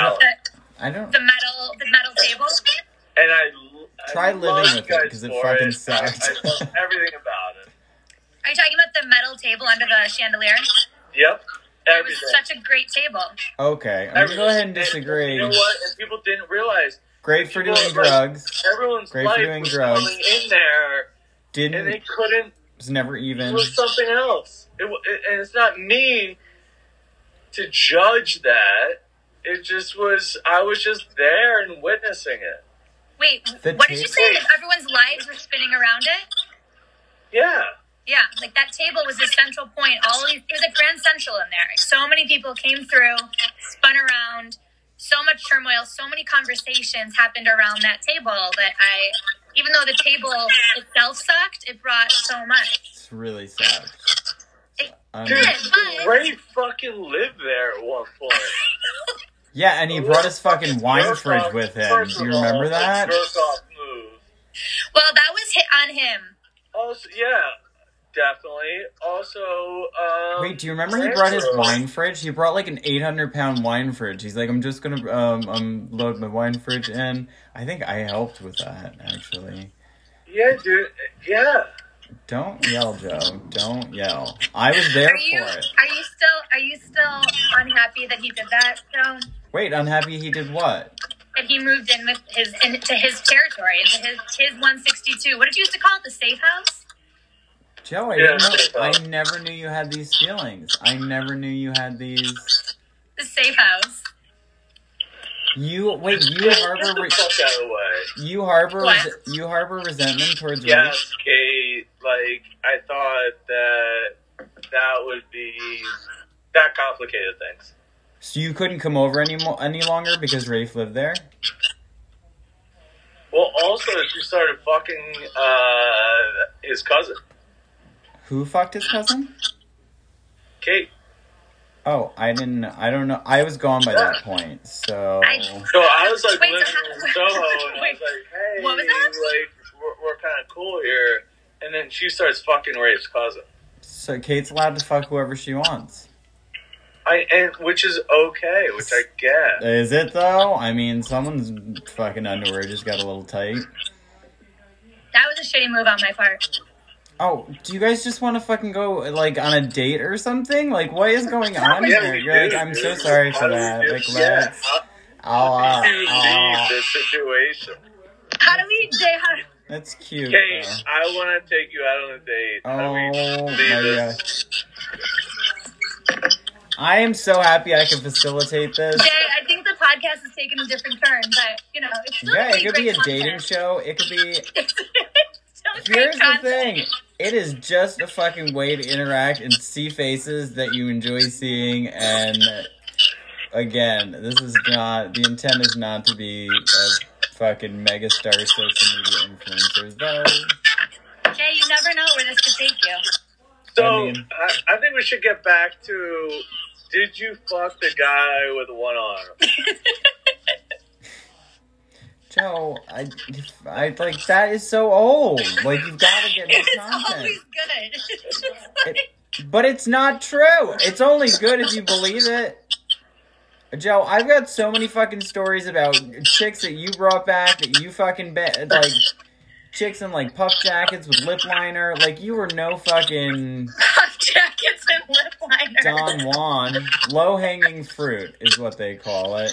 Speaker 1: Allen.
Speaker 2: The,
Speaker 3: I don't
Speaker 2: the metal, the metal table.
Speaker 1: And I, l- I
Speaker 3: Try living
Speaker 1: love
Speaker 3: with
Speaker 1: you
Speaker 3: it,
Speaker 1: guys
Speaker 3: 'cause it
Speaker 1: for
Speaker 3: fucking
Speaker 1: I-
Speaker 3: sucked.
Speaker 1: I love everything about it.
Speaker 2: Are you talking about the metal table under the chandelier?
Speaker 1: Yep.
Speaker 2: It was
Speaker 1: Everything.
Speaker 2: such a great table.
Speaker 3: okay. I'm gonna go ahead and
Speaker 1: You
Speaker 3: disagree.
Speaker 1: know what? And people didn't realize
Speaker 3: Great for doing
Speaker 1: Well, like-
Speaker 3: drugs.
Speaker 1: everyone's
Speaker 3: Great for
Speaker 1: life
Speaker 3: doing
Speaker 1: was
Speaker 3: drugs.
Speaker 1: going in there, and they
Speaker 3: Didn't
Speaker 1: couldn't.
Speaker 3: was never
Speaker 1: It
Speaker 3: even.
Speaker 1: was something else. It, wa- it- and it's not me to judge that. It just was. I was just there and witnessing it.
Speaker 2: Wait,
Speaker 3: The
Speaker 2: what did you
Speaker 3: ta-
Speaker 2: say? That everyone's lives were spinning around it.
Speaker 1: Yeah.
Speaker 2: Yeah, like that table was the central point. All these, it was a Grand Central in there. Like, so many people came through, spun around. So much turmoil. So many conversations happened around that table that I, even though the table itself sucked, it brought so much.
Speaker 3: It's really sad.
Speaker 2: It
Speaker 3: Um,
Speaker 1: Dude,
Speaker 2: but-
Speaker 1: Ray fucking lived there at one point.
Speaker 3: yeah, and he brought his fucking wine
Speaker 1: Jerk
Speaker 3: fridge
Speaker 1: off-
Speaker 3: with him.
Speaker 1: first
Speaker 3: Do you
Speaker 1: of all,
Speaker 3: remember
Speaker 1: a
Speaker 3: that?
Speaker 1: jerk off move.
Speaker 2: Well, that was hit on him.
Speaker 1: Also, yeah, definitely. Also, um,
Speaker 3: Wait, do you remember he brought his wine fridge? He brought like an 800 pound wine fridge. He's like, I'm just gonna um, um load my wine fridge in. I think I helped with that actually.
Speaker 1: Yeah, dude. Yeah.
Speaker 3: Don't yell, Joe. Don't yell. I was there
Speaker 2: Are you?
Speaker 3: for it.
Speaker 2: Are you still? Are you still unhappy that he did that? So
Speaker 3: Wait, I'm happy he did what?
Speaker 2: that he moved in with his into his territory, into his his 162. What did you used to call it? The safe house.
Speaker 3: Joe, I
Speaker 1: Yeah,
Speaker 3: didn't know.
Speaker 1: I
Speaker 3: I
Speaker 1: thought-
Speaker 3: never knew you had these feelings. I never knew you had these.
Speaker 2: The safe house.
Speaker 3: You wait. You
Speaker 1: Get
Speaker 3: harbor.
Speaker 1: the
Speaker 3: Re-
Speaker 1: fuck out of the way.
Speaker 3: you harbor.
Speaker 2: What?
Speaker 3: res- you harbor resentment towards. Rach-
Speaker 1: Yes, Kate. Like I thought that that would be that complicated things.
Speaker 3: So you couldn't come over any mo- any longer because Rafe lived there.
Speaker 1: Well, also she started fucking uh, his cousin,
Speaker 3: Who fucked his cousin?
Speaker 1: Kate.
Speaker 3: Oh, I didn't. I don't know. I was gone by that point. So
Speaker 2: I-
Speaker 1: So I was like
Speaker 2: Wait, so
Speaker 1: living
Speaker 2: how-
Speaker 1: in Soho, and I
Speaker 2: wait,
Speaker 1: was like, "Hey,
Speaker 2: what was that?
Speaker 1: like we're, we're kind of cool here." And then she starts fucking Rafe's cousin.
Speaker 3: so Kate's allowed to fuck whoever she wants.
Speaker 1: I and which is okay, which I get.
Speaker 3: Is it though? I mean, someone's fucking underwear just got a little tight.
Speaker 2: That was a shitty move on my part.
Speaker 3: Oh, do you guys just want to fucking go like on a date or something? Like, what is going on
Speaker 1: Yeah,
Speaker 3: here?
Speaker 1: we
Speaker 3: You're like,
Speaker 1: do,
Speaker 3: I'm
Speaker 1: dude.
Speaker 3: so sorry
Speaker 1: How
Speaker 3: for
Speaker 1: do we
Speaker 3: that.
Speaker 1: do-
Speaker 3: Like,
Speaker 1: yeah,
Speaker 3: let's.
Speaker 1: how
Speaker 3: I'll, uh,
Speaker 1: do you leave
Speaker 3: I'll-
Speaker 1: this situation?
Speaker 2: How do we, Jay? How,
Speaker 3: that's cute.
Speaker 1: Kate,
Speaker 3: though.
Speaker 1: I want to take you out on a date. How do
Speaker 3: Oh,
Speaker 1: we
Speaker 3: my
Speaker 1: leave this?
Speaker 3: I am so happy I can facilitate this.
Speaker 2: Jay, I think the podcast is taking a different turn, but you know, it's still
Speaker 3: Yeah, it
Speaker 2: really
Speaker 3: could be a
Speaker 2: great
Speaker 3: dating
Speaker 2: content.
Speaker 3: show. It could be.
Speaker 2: It's still great
Speaker 3: Here's the
Speaker 2: content.
Speaker 3: thing. It is just a fucking way to interact and see faces that you enjoy seeing. And again, this is not the intent is not to be a fucking megastar social media influencers, though.
Speaker 2: Jay, you never know where this could take you.
Speaker 1: So
Speaker 3: I
Speaker 1: I,
Speaker 3: mean-
Speaker 1: I, think we should get back to did you fuck the guy with one arm?
Speaker 3: Joe, I, I like that is so old. Like you've got to get
Speaker 2: It's
Speaker 3: new content.
Speaker 2: always good.
Speaker 3: But it's not true. It's only good if you believe it. Joe, I've got so many fucking stories about chicks that you brought back that you fucking bet like chicks in like puff jackets with lip liner. Like you were no fucking
Speaker 2: Puff jackets and lip liner.
Speaker 3: Don Juan. Low hanging fruit is what they call it.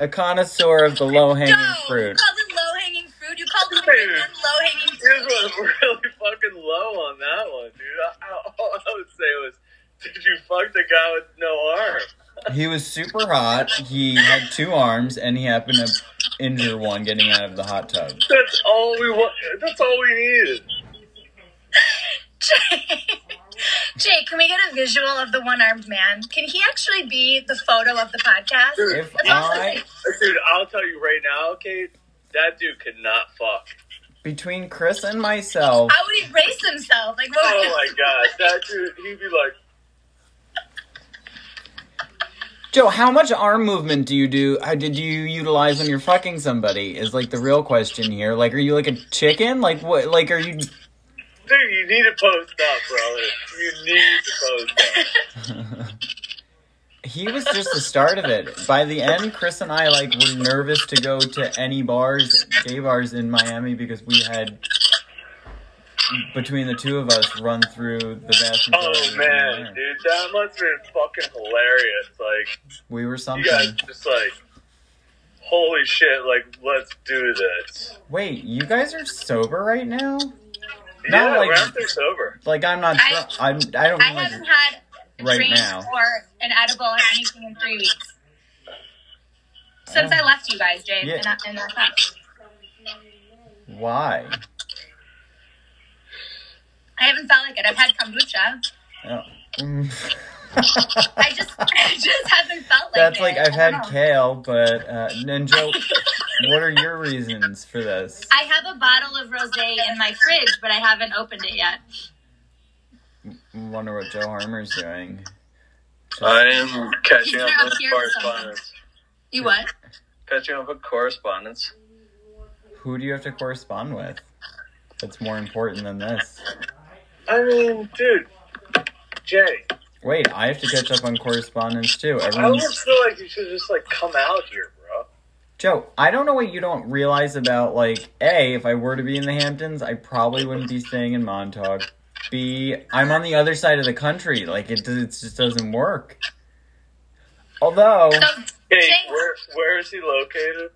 Speaker 3: A connoisseur of the low
Speaker 2: No,
Speaker 3: hanging
Speaker 2: you
Speaker 3: fruit.
Speaker 2: called it low hanging fruit. You called it
Speaker 1: Dude.
Speaker 2: low hanging
Speaker 1: This
Speaker 2: fruit.
Speaker 1: was really fucking low on that one, dude. I, I, all I would say was, did you fuck the guy with no arm?
Speaker 3: He was super hot. He had two arms and he happened to injure one getting out of the hot tub.
Speaker 1: That's all we want. That's all we needed.
Speaker 2: Jay, Jay, can we get a visual of the one armed man? Can he actually be the photo of the podcast?
Speaker 1: Dude,
Speaker 3: If I
Speaker 1: Dude, I'll tell you right now, Kate, that dude could not fuck.
Speaker 3: between Chris and myself,
Speaker 2: How would he race himself? Like, what
Speaker 1: Oh
Speaker 2: would-
Speaker 1: my god, that dude, he'd be like,
Speaker 3: Joe, how much arm movement do you do? How did you utilize when you're fucking somebody? Is like the real question here. Like, are you like a chicken? Like what? Like are you?
Speaker 1: dude, you need to post up, bro. You need to post up.
Speaker 3: He was just the start of it. By the end, Chris and I like were nervous to go to any bars, gay bars in Miami because we had between the two of us run through the vast majority.
Speaker 1: Oh
Speaker 3: of
Speaker 1: man,
Speaker 3: them there.
Speaker 1: dude, that must have been fucking hilarious. Like,
Speaker 3: we were
Speaker 1: you
Speaker 3: something.
Speaker 1: guys just like, holy shit, like, let's do this.
Speaker 3: Wait, you guys are sober right now?
Speaker 1: Yeah,
Speaker 3: Not like-
Speaker 1: we're after sober.
Speaker 3: Like I'm not.
Speaker 2: I-
Speaker 3: I, I'm. I don't.
Speaker 2: I
Speaker 3: like-
Speaker 2: haven't had a
Speaker 3: Right
Speaker 2: drink
Speaker 3: now.
Speaker 2: or an edible or anything in three weeks. Since
Speaker 3: Oh.
Speaker 2: I left you guys, Jay,
Speaker 3: Yeah.
Speaker 2: and, I, and that's not.
Speaker 3: Why?
Speaker 2: I haven't felt like it. I've had kombucha.
Speaker 3: Oh. Mm.
Speaker 2: I just, I just haven't felt like
Speaker 3: That's
Speaker 2: it.
Speaker 3: like I've
Speaker 2: I don't
Speaker 3: had
Speaker 2: know.
Speaker 3: kale, but uh, and Joe, what are your reasons for this?
Speaker 2: I have a bottle of rosé in my fridge, but I haven't opened it yet.
Speaker 3: wonder what Joe Harmer's doing.
Speaker 1: I am catching
Speaker 2: up with correspondence. You what?
Speaker 1: Catching up with correspondence.
Speaker 3: Who do you have to correspond with? That's more important than this.
Speaker 1: I mean, dude, Jay,
Speaker 3: Wait, I have to catch up on correspondence too.
Speaker 1: I
Speaker 3: Everyone's
Speaker 1: almost feel like you should just like come out here, bro.
Speaker 3: Joe, I don't know what you don't realize about like A, if I were to be in the Hamptons, I probably wouldn't be staying in Montauk. B, I'm on the other side of the country. Like it, it just doesn't work. Although
Speaker 2: So,
Speaker 1: Hey,
Speaker 2: Jay-
Speaker 1: where where is he located?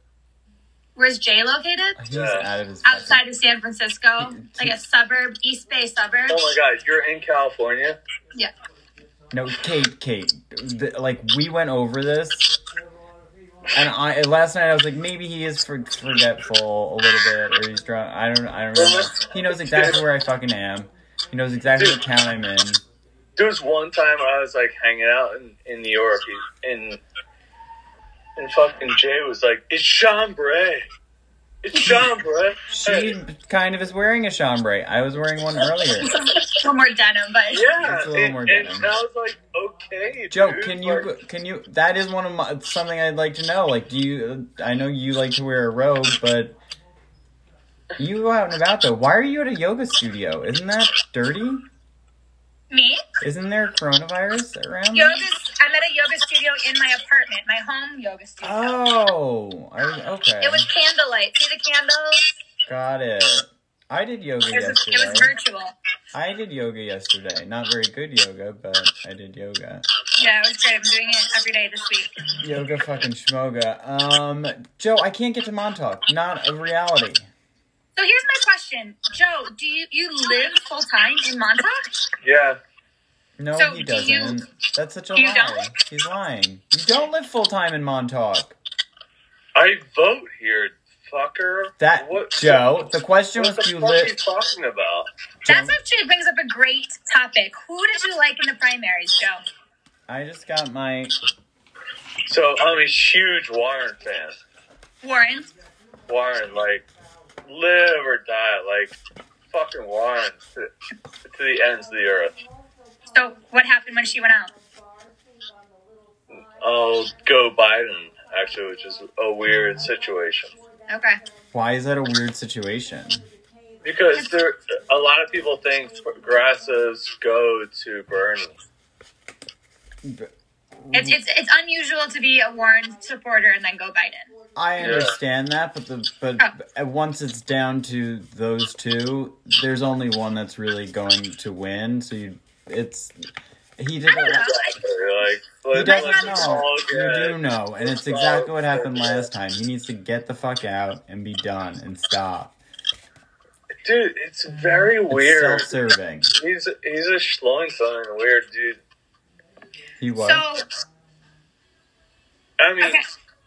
Speaker 2: where's Jay located?
Speaker 3: he's out of his fucking-
Speaker 2: Outside of San Francisco, like a suburb, East Bay suburb.
Speaker 1: Oh my God, you're in California.
Speaker 2: Yeah.
Speaker 3: No, Kate, Kate, th- like we went over this, and I and last night I was like, maybe he is for- forgetful a little bit, or he's drunk. I don't, I don't know. He knows exactly where I fucking am. He knows exactly what town I'm in.
Speaker 1: There was one time I was like hanging out in, in New York, and and fucking Jay was like, "It's Chambray, it's Chambray."
Speaker 3: She kind of is wearing a chambray. I was wearing one earlier.
Speaker 2: One more denim, but
Speaker 1: yeah,
Speaker 3: It's a little
Speaker 1: and,
Speaker 3: more
Speaker 1: and I
Speaker 3: denim.
Speaker 1: was like, "Okay,
Speaker 3: Joe,
Speaker 1: dude,
Speaker 3: can you
Speaker 1: like-
Speaker 3: go- can you? That is one of my something I'd like to know. Like, do you? I know you like to wear a robe, but you go out and about though. Why are you at a yoga studio? Isn't that dirty?
Speaker 2: me.
Speaker 3: Isn't there coronavirus around?
Speaker 2: Yoga. I'm at a yoga studio in my apartment, my home yoga studio.
Speaker 3: Oh, I, okay.
Speaker 2: It was candlelight. See the candles?
Speaker 3: Got it. I did yoga
Speaker 2: It was,
Speaker 3: yesterday.
Speaker 2: it was virtual.
Speaker 3: I did yoga yesterday. Not very good yoga, but I did yoga.
Speaker 2: Yeah, it was great. I'm doing it every day this week.
Speaker 3: Yoga fucking schmoga. Um, Joe, I can't get to Montauk. Not a reality.
Speaker 2: So here's my question, Joe. Do you you live full time in Montauk?
Speaker 1: Yeah,
Speaker 3: No,
Speaker 2: So,
Speaker 3: he
Speaker 2: do you-
Speaker 3: doesn't. That's such a
Speaker 2: do you
Speaker 3: lie.
Speaker 2: don't?
Speaker 3: He's lying. You don't live full time in Montauk.
Speaker 1: I vote here, fucker.
Speaker 3: That
Speaker 1: what,
Speaker 3: Joe. The question
Speaker 1: What
Speaker 3: was,
Speaker 1: the
Speaker 3: do you
Speaker 1: fuck are you
Speaker 3: live?
Speaker 1: talking about?
Speaker 2: That's actually brings up a great topic. Who did you like in the primaries, Joe?
Speaker 3: I just got my.
Speaker 1: So I'm a huge Warren fan.
Speaker 2: Warren.
Speaker 1: Warren, like, live or die. Like, fucking wand to, to the ends of the earth.
Speaker 2: So what happened when she went out?
Speaker 1: I'll go Biden, actually, which is a weird situation.
Speaker 2: Okay.
Speaker 3: Why is that a weird situation?
Speaker 1: Because there, a lot of people think progressives go to Bernie.
Speaker 2: It's, it's, it's unusual to be a Warren supporter and then go Biden.
Speaker 3: I
Speaker 1: Yeah.
Speaker 3: understand that, but the but uh, once it's down to those two, there's only one that's really going to win. So you, it's he did.
Speaker 2: I don't know.
Speaker 3: it-
Speaker 1: Like,
Speaker 3: He
Speaker 1: like,
Speaker 3: doesn't
Speaker 1: like,
Speaker 3: know.
Speaker 1: all
Speaker 3: You
Speaker 1: good.
Speaker 3: do know, and it's exactly what happened last time. He needs to get the fuck out and be done and stop.
Speaker 1: Dude, it's very
Speaker 3: It's
Speaker 1: weird.
Speaker 3: self-serving.
Speaker 1: He's he's a schlongson and weird dude.
Speaker 3: He was.
Speaker 2: So
Speaker 1: I mean,
Speaker 2: Okay.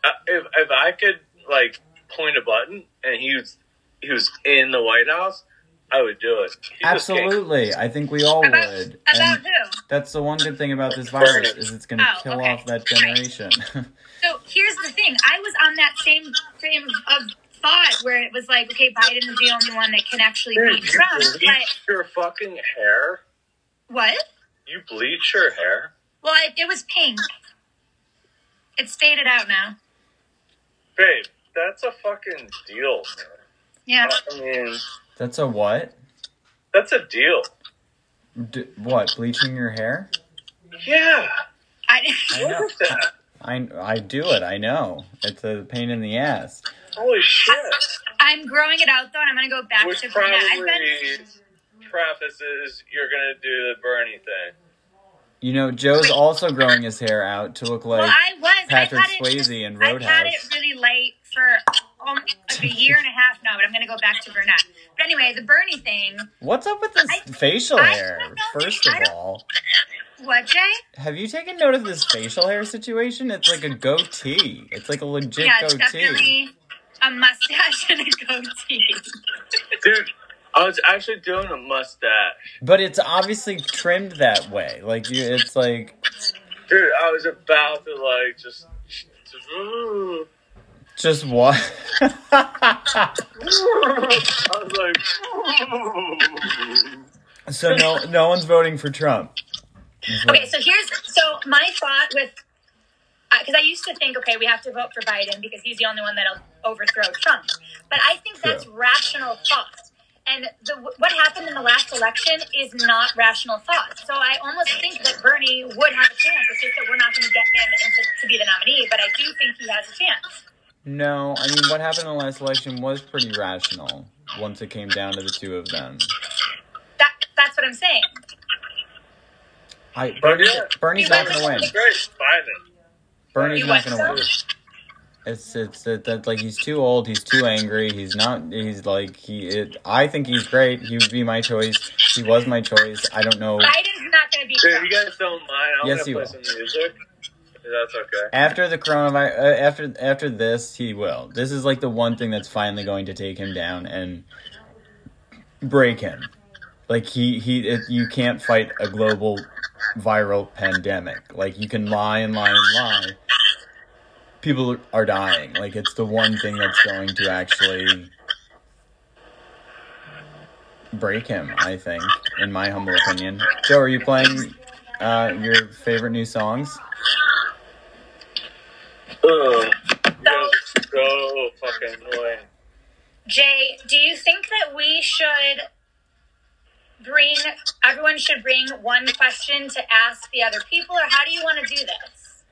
Speaker 1: I- if if I could like point a button and he was he was in the White House, I would do it. He just can't-
Speaker 3: Absolutely, I think we all
Speaker 2: about,
Speaker 3: would.
Speaker 2: about
Speaker 3: And
Speaker 2: who?
Speaker 3: that's the one good thing about this virus is it's going to
Speaker 2: Oh,
Speaker 3: kill
Speaker 2: okay.
Speaker 3: off that generation.
Speaker 2: So here's the thing. I was on that same frame of thought where it was like, okay, Biden is the only one that can actually beat
Speaker 1: Dude, you
Speaker 2: Trump. But
Speaker 1: bleach your fucking hair.
Speaker 2: what?
Speaker 1: You bleach your hair.
Speaker 2: Well, it, it was pink. It's faded out now.
Speaker 1: Babe, that's a fucking deal. man.
Speaker 2: Yeah.
Speaker 1: I mean,
Speaker 3: that's a what?
Speaker 1: that's a deal.
Speaker 3: D- what bleaching your hair?
Speaker 1: Yeah.
Speaker 2: I,
Speaker 3: I
Speaker 1: What
Speaker 3: know.
Speaker 1: is that?
Speaker 3: I I do it. I know. It's a pain in the ass.
Speaker 1: Holy shit.
Speaker 2: I'm growing it out though, and I'm gonna go back
Speaker 1: Which
Speaker 2: to
Speaker 1: probably
Speaker 2: Bruna. I've been
Speaker 1: prefaces you're gonna do the Bernie thing.
Speaker 3: You know, Joe's also growing his hair out to look
Speaker 2: well,
Speaker 3: like
Speaker 2: I was
Speaker 3: Patrick
Speaker 2: I've had
Speaker 3: Swayze
Speaker 2: It,
Speaker 3: in
Speaker 2: I've had it
Speaker 3: Roadhouse.
Speaker 2: really late for almost like a year and a half now, but I'm gonna go back to brunette. But anyway, the Bernie thing.
Speaker 3: What's up with this
Speaker 2: I-
Speaker 3: facial
Speaker 2: I
Speaker 3: hair?
Speaker 2: don't know.
Speaker 3: First
Speaker 2: I
Speaker 3: of
Speaker 2: don't-
Speaker 3: all,
Speaker 2: What, Jay?
Speaker 3: have you taken note of this facial hair situation? It's like a goatee. It's like a legit
Speaker 2: yeah, it's
Speaker 3: goatee.
Speaker 2: definitely a mustache and a goatee.
Speaker 1: Dude, I was actually doing a mustache.
Speaker 3: But it's obviously trimmed that way. Like you, it's like
Speaker 1: Dude, I was about to like just. just- ooh.
Speaker 3: just what?
Speaker 1: I was like, ooh.
Speaker 3: so no, no one's voting for Trump.
Speaker 2: Okay, so here's so my thought with because I used to think, okay, we have to vote for Biden because he's the only one that'll overthrow Trump. But I think that's
Speaker 3: True.
Speaker 2: rational thought. And the, what happened in the last election is not rational thought. So I almost think that Bernie would have a chance. It's just that we're not going to get him into, to be the nominee, but I do think he has a chance.
Speaker 3: No, I mean what happened in the last election was pretty rational. Once it came down to the two of them,
Speaker 2: That, that's what I'm saying.
Speaker 3: I Bernie,
Speaker 1: yeah.
Speaker 3: Bernie's not gonna win.
Speaker 1: Great, Biden.
Speaker 3: Bernie's
Speaker 2: You
Speaker 3: not
Speaker 2: what,
Speaker 3: gonna win. It's it's that, that like he's too old. He's too angry. He's not. He's like he. It, I think he's great. He would be my choice. He was my choice. I don't know.
Speaker 2: Biden's not going to be.
Speaker 1: Dude, you
Speaker 2: Trump.
Speaker 1: guys don't mind. I'm
Speaker 3: Yes,
Speaker 1: gonna
Speaker 3: you
Speaker 1: play
Speaker 3: will.
Speaker 1: some music. If That's okay.
Speaker 3: After the coronavirus, uh, after after this, he will. This is like the one thing that's finally going to take him down and break him. Like he he, it, you can't fight a global viral pandemic. Like you can lie and lie and lie. People are dying. Like it's the one thing that's going to actually break him. I think, in my humble opinion. Joe, are you playing uh, your favorite new songs?
Speaker 1: Ugh. You guys are so fucking annoying.
Speaker 2: Jay, do you think that we should bring everyone should bring one question to ask the other people, or how do you want to do this?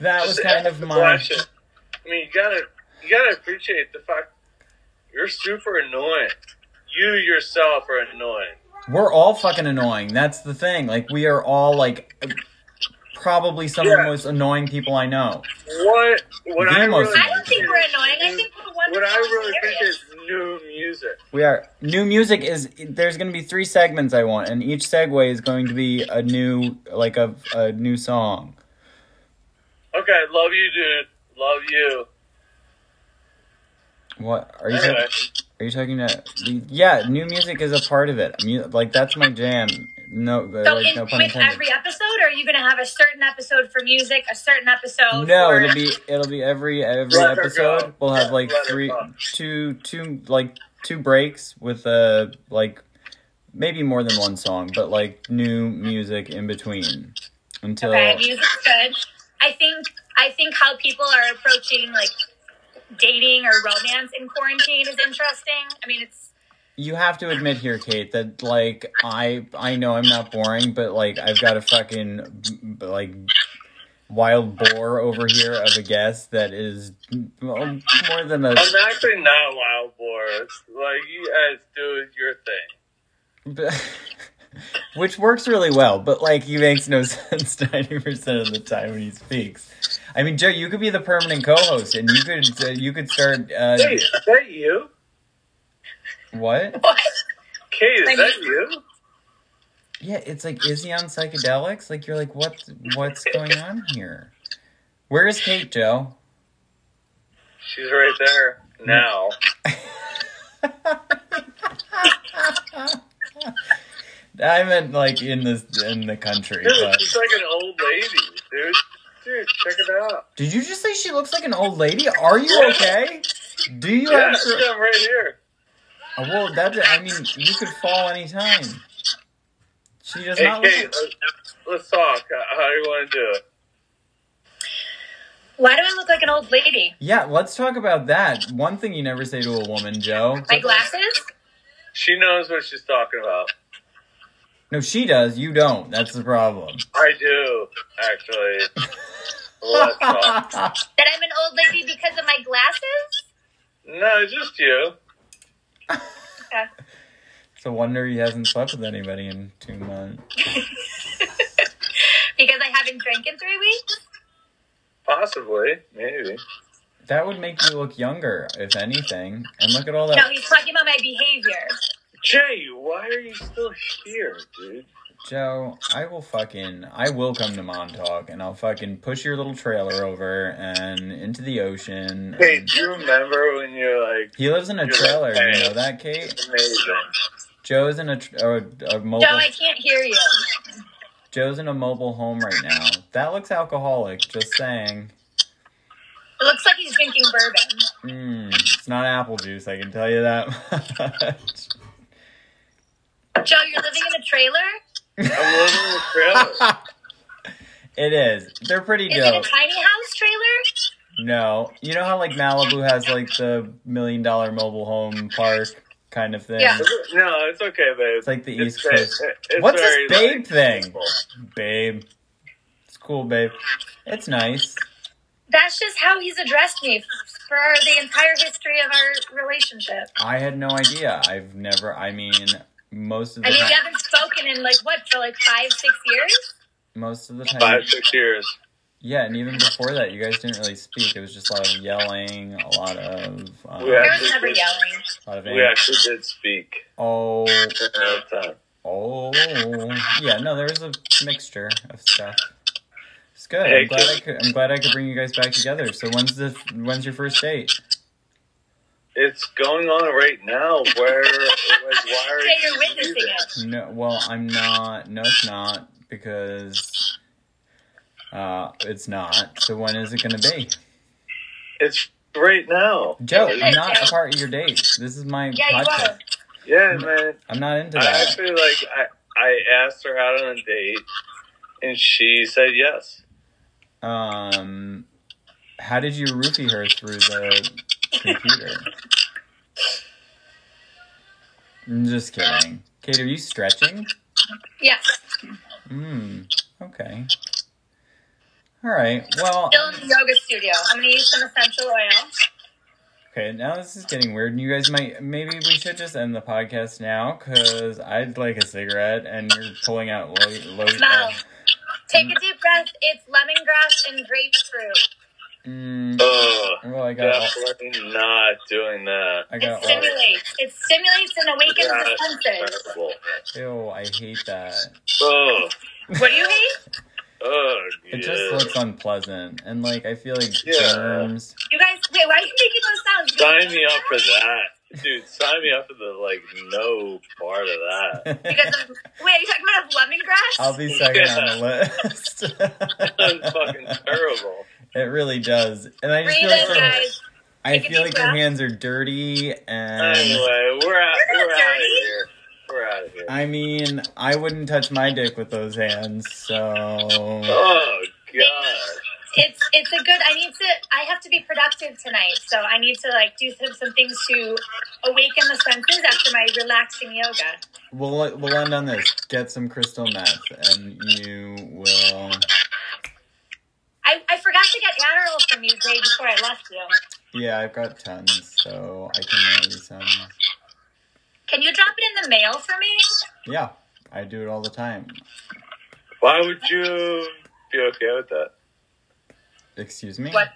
Speaker 3: That was
Speaker 1: Just
Speaker 3: kind
Speaker 1: ask
Speaker 3: of
Speaker 1: the
Speaker 3: my.
Speaker 1: question. I mean, you gotta, you gotta appreciate the fact you're super annoying. You yourself are annoying.
Speaker 3: We're all fucking annoying. That's the thing. Like we are all like probably some of the
Speaker 1: Yeah.
Speaker 3: most annoying people I know.
Speaker 1: What? What
Speaker 3: The
Speaker 1: I
Speaker 3: most-
Speaker 1: really
Speaker 2: I don't think we're
Speaker 1: appreciate
Speaker 2: annoying. I
Speaker 1: is
Speaker 2: think we're one.
Speaker 1: What I really appreciate is new music.
Speaker 3: We are new music is there's going to be three segments I want, and each segue is going to be a new like a a new song.
Speaker 1: Okay, love you, dude. Love you.
Speaker 3: What are you? talking-
Speaker 1: Anyway,
Speaker 3: Are you talking to? Yeah, new music is a part of it. Mu- like that's my jam. No,
Speaker 2: So
Speaker 3: like
Speaker 2: in,
Speaker 3: no pun
Speaker 2: with
Speaker 3: intended.
Speaker 2: every episode, or are you going to have a certain episode for music, a certain episode?
Speaker 3: No,
Speaker 2: for,
Speaker 3: it'll be it'll be every every
Speaker 1: Let her
Speaker 3: episode.
Speaker 1: go.
Speaker 3: We'll have like
Speaker 1: Let her
Speaker 3: three,
Speaker 1: go.
Speaker 3: two, two like two breaks with uh like maybe more than one song, but like new music in between until
Speaker 2: Okay, music's good. I think I think how people are approaching like dating or romance in quarantine is interesting. I mean, it's
Speaker 3: you have to admit here, Kate, that like I I know I'm not boring, but like I've got a fucking b- like wild boar over here of a guest that is well, more than a
Speaker 1: I'm actually not wild boar. It's Like you guys do your thing.
Speaker 3: which works really well, but like he makes no sense ninety percent of the time when he speaks. I mean, Joe, you could be the permanent co-host, and you could uh, you could start uh,
Speaker 1: Hey, is that you?
Speaker 3: what?
Speaker 2: what?
Speaker 1: Kate, is that you?
Speaker 3: Yeah, it's like is he on psychedelics? Like you're like what what's going on here? Where is Kate, Joe?
Speaker 1: She's right there now.
Speaker 3: I meant like in the in the country.
Speaker 1: Dude,
Speaker 3: But...
Speaker 1: she's like an old lady, dude. Dude, check it out.
Speaker 3: Did you just say she looks like an old lady? Are you okay? Do you
Speaker 1: Yeah,
Speaker 3: have?
Speaker 1: she's right here.
Speaker 3: Oh, well, that I mean, you could fall anytime. She does
Speaker 1: Hey, uh,
Speaker 3: not.
Speaker 1: Kate,
Speaker 3: Look...
Speaker 1: let's, let's talk. How, how do you want to do it?
Speaker 2: Why do I look like an old lady?
Speaker 3: Yeah, let's talk about that. One thing you never say to a woman, Joe.
Speaker 2: My glasses?
Speaker 1: She knows what she's talking about.
Speaker 3: No, she does. You don't. That's the problem.
Speaker 1: I do, actually. Let's talk.
Speaker 2: That I'm an old lady because of my glasses?
Speaker 1: No, just you.
Speaker 3: it's a wonder he hasn't slept with anybody in two months.
Speaker 2: Because I haven't drank in three weeks?
Speaker 1: Possibly. Maybe.
Speaker 3: That would make you look younger, if anything. And look at all that.
Speaker 2: No, he's talking about my behavior.
Speaker 1: Jay, why are you still here, dude?
Speaker 3: Joe, I will fucking, I will come to Montauk and I'll fucking push your little trailer over and into the ocean.
Speaker 1: Hey,
Speaker 3: and-
Speaker 1: do you remember when you're like
Speaker 3: He lives in a
Speaker 1: You're
Speaker 3: trailer. You
Speaker 1: right.
Speaker 3: know that, Kate?
Speaker 1: amazing?
Speaker 3: Joe's in a, tr- a, a
Speaker 2: Joe,
Speaker 3: mobile.
Speaker 2: I can't hear you.
Speaker 3: Joe's in a mobile home right now. That looks alcoholic. Just saying.
Speaker 2: It looks like he's drinking bourbon.
Speaker 3: Mm, it's not apple juice. I can tell you that much.
Speaker 2: Joe, you're living in a trailer?
Speaker 1: I'm living in the trailer.
Speaker 3: it is. They're pretty
Speaker 2: Is it
Speaker 3: dope.
Speaker 2: a tiny house trailer?
Speaker 3: No, you know how like Malibu has like the million dollar mobile home park kind of thing.
Speaker 2: Yeah.
Speaker 1: No, it's okay, babe.
Speaker 3: It's like the East
Speaker 1: very-
Speaker 3: Coast.
Speaker 1: it's
Speaker 3: What's
Speaker 1: very,
Speaker 3: this babe
Speaker 1: like,
Speaker 3: thing?
Speaker 1: simple.
Speaker 3: Babe, it's cool, babe. It's nice.
Speaker 2: That's just how he's addressed me for the entire history of our relationship.
Speaker 3: I had no idea. I've never. I mean, most of the
Speaker 2: I mean,
Speaker 3: time,
Speaker 2: we haven't spoken in like what for like five, six years.
Speaker 3: most of the time,
Speaker 1: Five, six years.
Speaker 3: yeah, and even before that, you guys didn't really speak. It was just a lot of yelling, a lot of, um,
Speaker 1: We
Speaker 2: There
Speaker 1: actually-
Speaker 2: was never yelling.
Speaker 3: a lot of
Speaker 1: We
Speaker 3: anger.
Speaker 1: actually did speak.
Speaker 3: Oh,
Speaker 1: during that time.
Speaker 3: oh, yeah. No, there was a mixture of stuff. It's good.
Speaker 1: Hey,
Speaker 3: I'm glad I
Speaker 1: kid.
Speaker 3: could. I'm glad I could bring you guys back together. So when's the when's your first date?
Speaker 1: It's going on right now. Where, like, why are
Speaker 2: Say
Speaker 1: you
Speaker 2: you're witnessing
Speaker 1: leaving?
Speaker 2: it.
Speaker 3: No, well, I'm not. No, it's not because uh, it's not. So when is it gonna be?
Speaker 1: It's right now.
Speaker 3: Joe,
Speaker 2: Hey,
Speaker 3: I'm not
Speaker 2: Joe.
Speaker 3: a part of your date. This is my
Speaker 2: Yeah, you
Speaker 3: podcast.
Speaker 2: are.
Speaker 1: Yeah,
Speaker 3: Mm.
Speaker 1: man.
Speaker 3: I'm not into
Speaker 1: I
Speaker 3: that.
Speaker 1: actually like. I I asked her out on a date, and she said yes.
Speaker 3: Um, how did you roofie her through the computer? I'm just kidding. Kate, are you stretching?
Speaker 2: Yes,
Speaker 3: Hmm. Okay. All right. Well,
Speaker 2: still in the yoga studio. I'm gonna use some essential oil.
Speaker 3: Okay, now this is getting weird, and you guys might maybe we should just end the podcast now because I'd like a cigarette, and you're pulling out lo- lo-
Speaker 2: Mom. Take a deep breath. It's lemongrass and grapefruit.
Speaker 3: Mm,
Speaker 1: Ugh,
Speaker 3: well, I got
Speaker 1: Oh, definitely not doing that.
Speaker 3: I
Speaker 2: It
Speaker 3: got
Speaker 2: stimulates. It stimulates and awakens the
Speaker 1: That's
Speaker 2: senses.
Speaker 1: terrible. Oh,
Speaker 3: ew. I hate that.
Speaker 1: Ugh,
Speaker 2: What do you hate?
Speaker 1: ugh.
Speaker 3: It
Speaker 1: yeah.
Speaker 3: just looks unpleasant, and like I feel like
Speaker 1: Yeah.
Speaker 3: germs.
Speaker 2: You guys, wait. Why are you making those sounds?
Speaker 1: Sign me up for that, dude. Sign me up for the like no part of that.
Speaker 2: Because of, wait, are you talking about lemongrass?
Speaker 3: I'll be second on the list.
Speaker 1: That's fucking terrible.
Speaker 3: it really does, and I just
Speaker 2: Breathe
Speaker 3: feel like
Speaker 2: in,
Speaker 3: your,
Speaker 2: guys.
Speaker 3: I
Speaker 2: Take a
Speaker 3: feel like
Speaker 2: deep
Speaker 3: your
Speaker 2: breath.
Speaker 3: hands are dirty, and
Speaker 1: Anyway, we're out.
Speaker 2: We're not
Speaker 1: We're out of
Speaker 2: dirty.
Speaker 1: here. We're out of here.
Speaker 3: I mean, I wouldn't touch my dick with those hands, so.
Speaker 1: Oh god.
Speaker 2: It's it's a good. I need to. I have to be productive tonight, so I need to like do some, some things to awaken the senses after my relaxing yoga.
Speaker 3: We'll, we'll end on this. Get some crystal meth, and you will.
Speaker 2: I, I forgot to get Adderall from you, Gray, before I left you.
Speaker 3: Yeah, I've got tons, so I can use some.
Speaker 2: Can you drop it in the mail for me?
Speaker 3: Yeah, I do it all the time.
Speaker 1: Why would you be okay with that?
Speaker 3: Excuse me?
Speaker 2: What?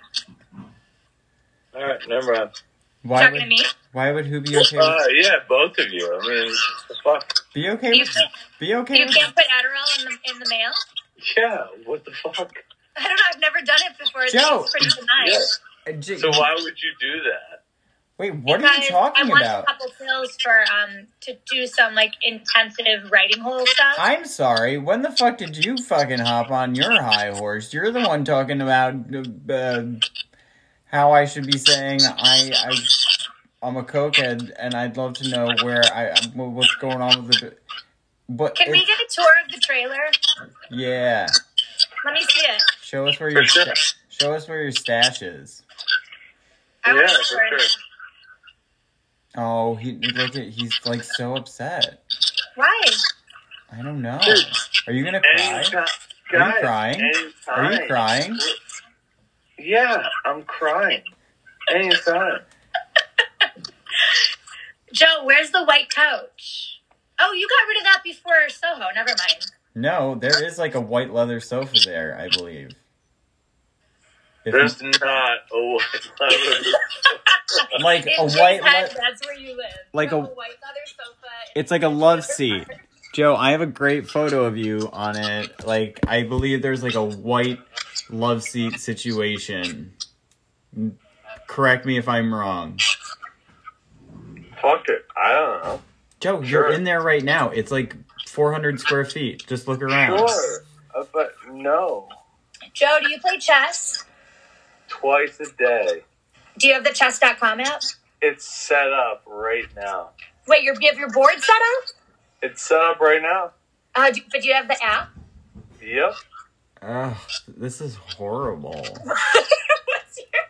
Speaker 1: All right, never mind.
Speaker 3: Why
Speaker 2: Talking to
Speaker 3: would,
Speaker 2: me?
Speaker 3: why would who be okay
Speaker 1: Uh,
Speaker 3: with,
Speaker 1: yeah, both of you. I mean, what the fuck.
Speaker 3: be okay
Speaker 2: You
Speaker 3: with,
Speaker 2: can't-
Speaker 3: be okay
Speaker 2: You
Speaker 3: with,
Speaker 2: can't put Adderall in the in the mail.
Speaker 1: Yeah, what the fuck?
Speaker 2: I don't know. I've never done it before. It
Speaker 3: Joe.
Speaker 2: seems pretty benign.
Speaker 1: Yeah.
Speaker 3: Uh, J-
Speaker 1: So why would you do that?
Speaker 3: wait, what are
Speaker 2: Because
Speaker 3: you talking
Speaker 2: I want
Speaker 3: about?
Speaker 2: a couple pills for um to do some like intensive writing hole stuff.
Speaker 3: I'm sorry. When the fuck did you fucking hop on your high horse? You're the one talking about uh, how I should be saying I, I I'm a cokehead, and I'd love to know where I I'm- what's going on with the. What?
Speaker 2: Can we
Speaker 3: it-
Speaker 2: get a tour of the trailer?
Speaker 3: yeah,
Speaker 2: Let me see it.
Speaker 3: show us where
Speaker 1: For
Speaker 3: your
Speaker 1: sure.
Speaker 3: sta- show us where your stash is.
Speaker 2: I
Speaker 1: yeah,
Speaker 2: want
Speaker 1: for
Speaker 2: to tour.
Speaker 1: sure.
Speaker 3: Oh, he look at he's like so upset.
Speaker 2: Why?
Speaker 3: I don't know. Are you gonna cry?
Speaker 1: Anytime,
Speaker 3: Are you
Speaker 1: guys,
Speaker 3: crying?
Speaker 1: Anytime.
Speaker 3: Are you crying?
Speaker 1: Yeah, I'm crying. Anytime.
Speaker 2: Joe, where's the white couch? Oh, you got rid of that before Soho. Never mind.
Speaker 3: No, there is like a white leather sofa there, I believe. If
Speaker 1: There's not a way.
Speaker 3: like
Speaker 2: In
Speaker 3: a
Speaker 2: Jim's
Speaker 3: white
Speaker 2: head,
Speaker 3: le-
Speaker 2: that's where you live.
Speaker 3: Like
Speaker 2: You
Speaker 3: a-
Speaker 2: have white leather sofa.
Speaker 3: it's like a love seat joe i have a great photo of you on it like i believe there's like a white love seat situation M- correct me if i'm wrong
Speaker 1: Fuck it. I don't know.
Speaker 3: joe
Speaker 1: Sure.
Speaker 3: you're in there right now it's like 400 square feet just look around
Speaker 1: Sure, uh, but no.
Speaker 2: Joe, do you play chess?
Speaker 1: Twice a day.
Speaker 2: Do you have the chess.com app?
Speaker 1: It's set up right now.
Speaker 2: Wait, you're, you have your board set up?
Speaker 1: It's set up right now.
Speaker 2: Uh, do, but do you have the app?
Speaker 1: Yep.
Speaker 3: Ugh, this is horrible
Speaker 2: what's, your,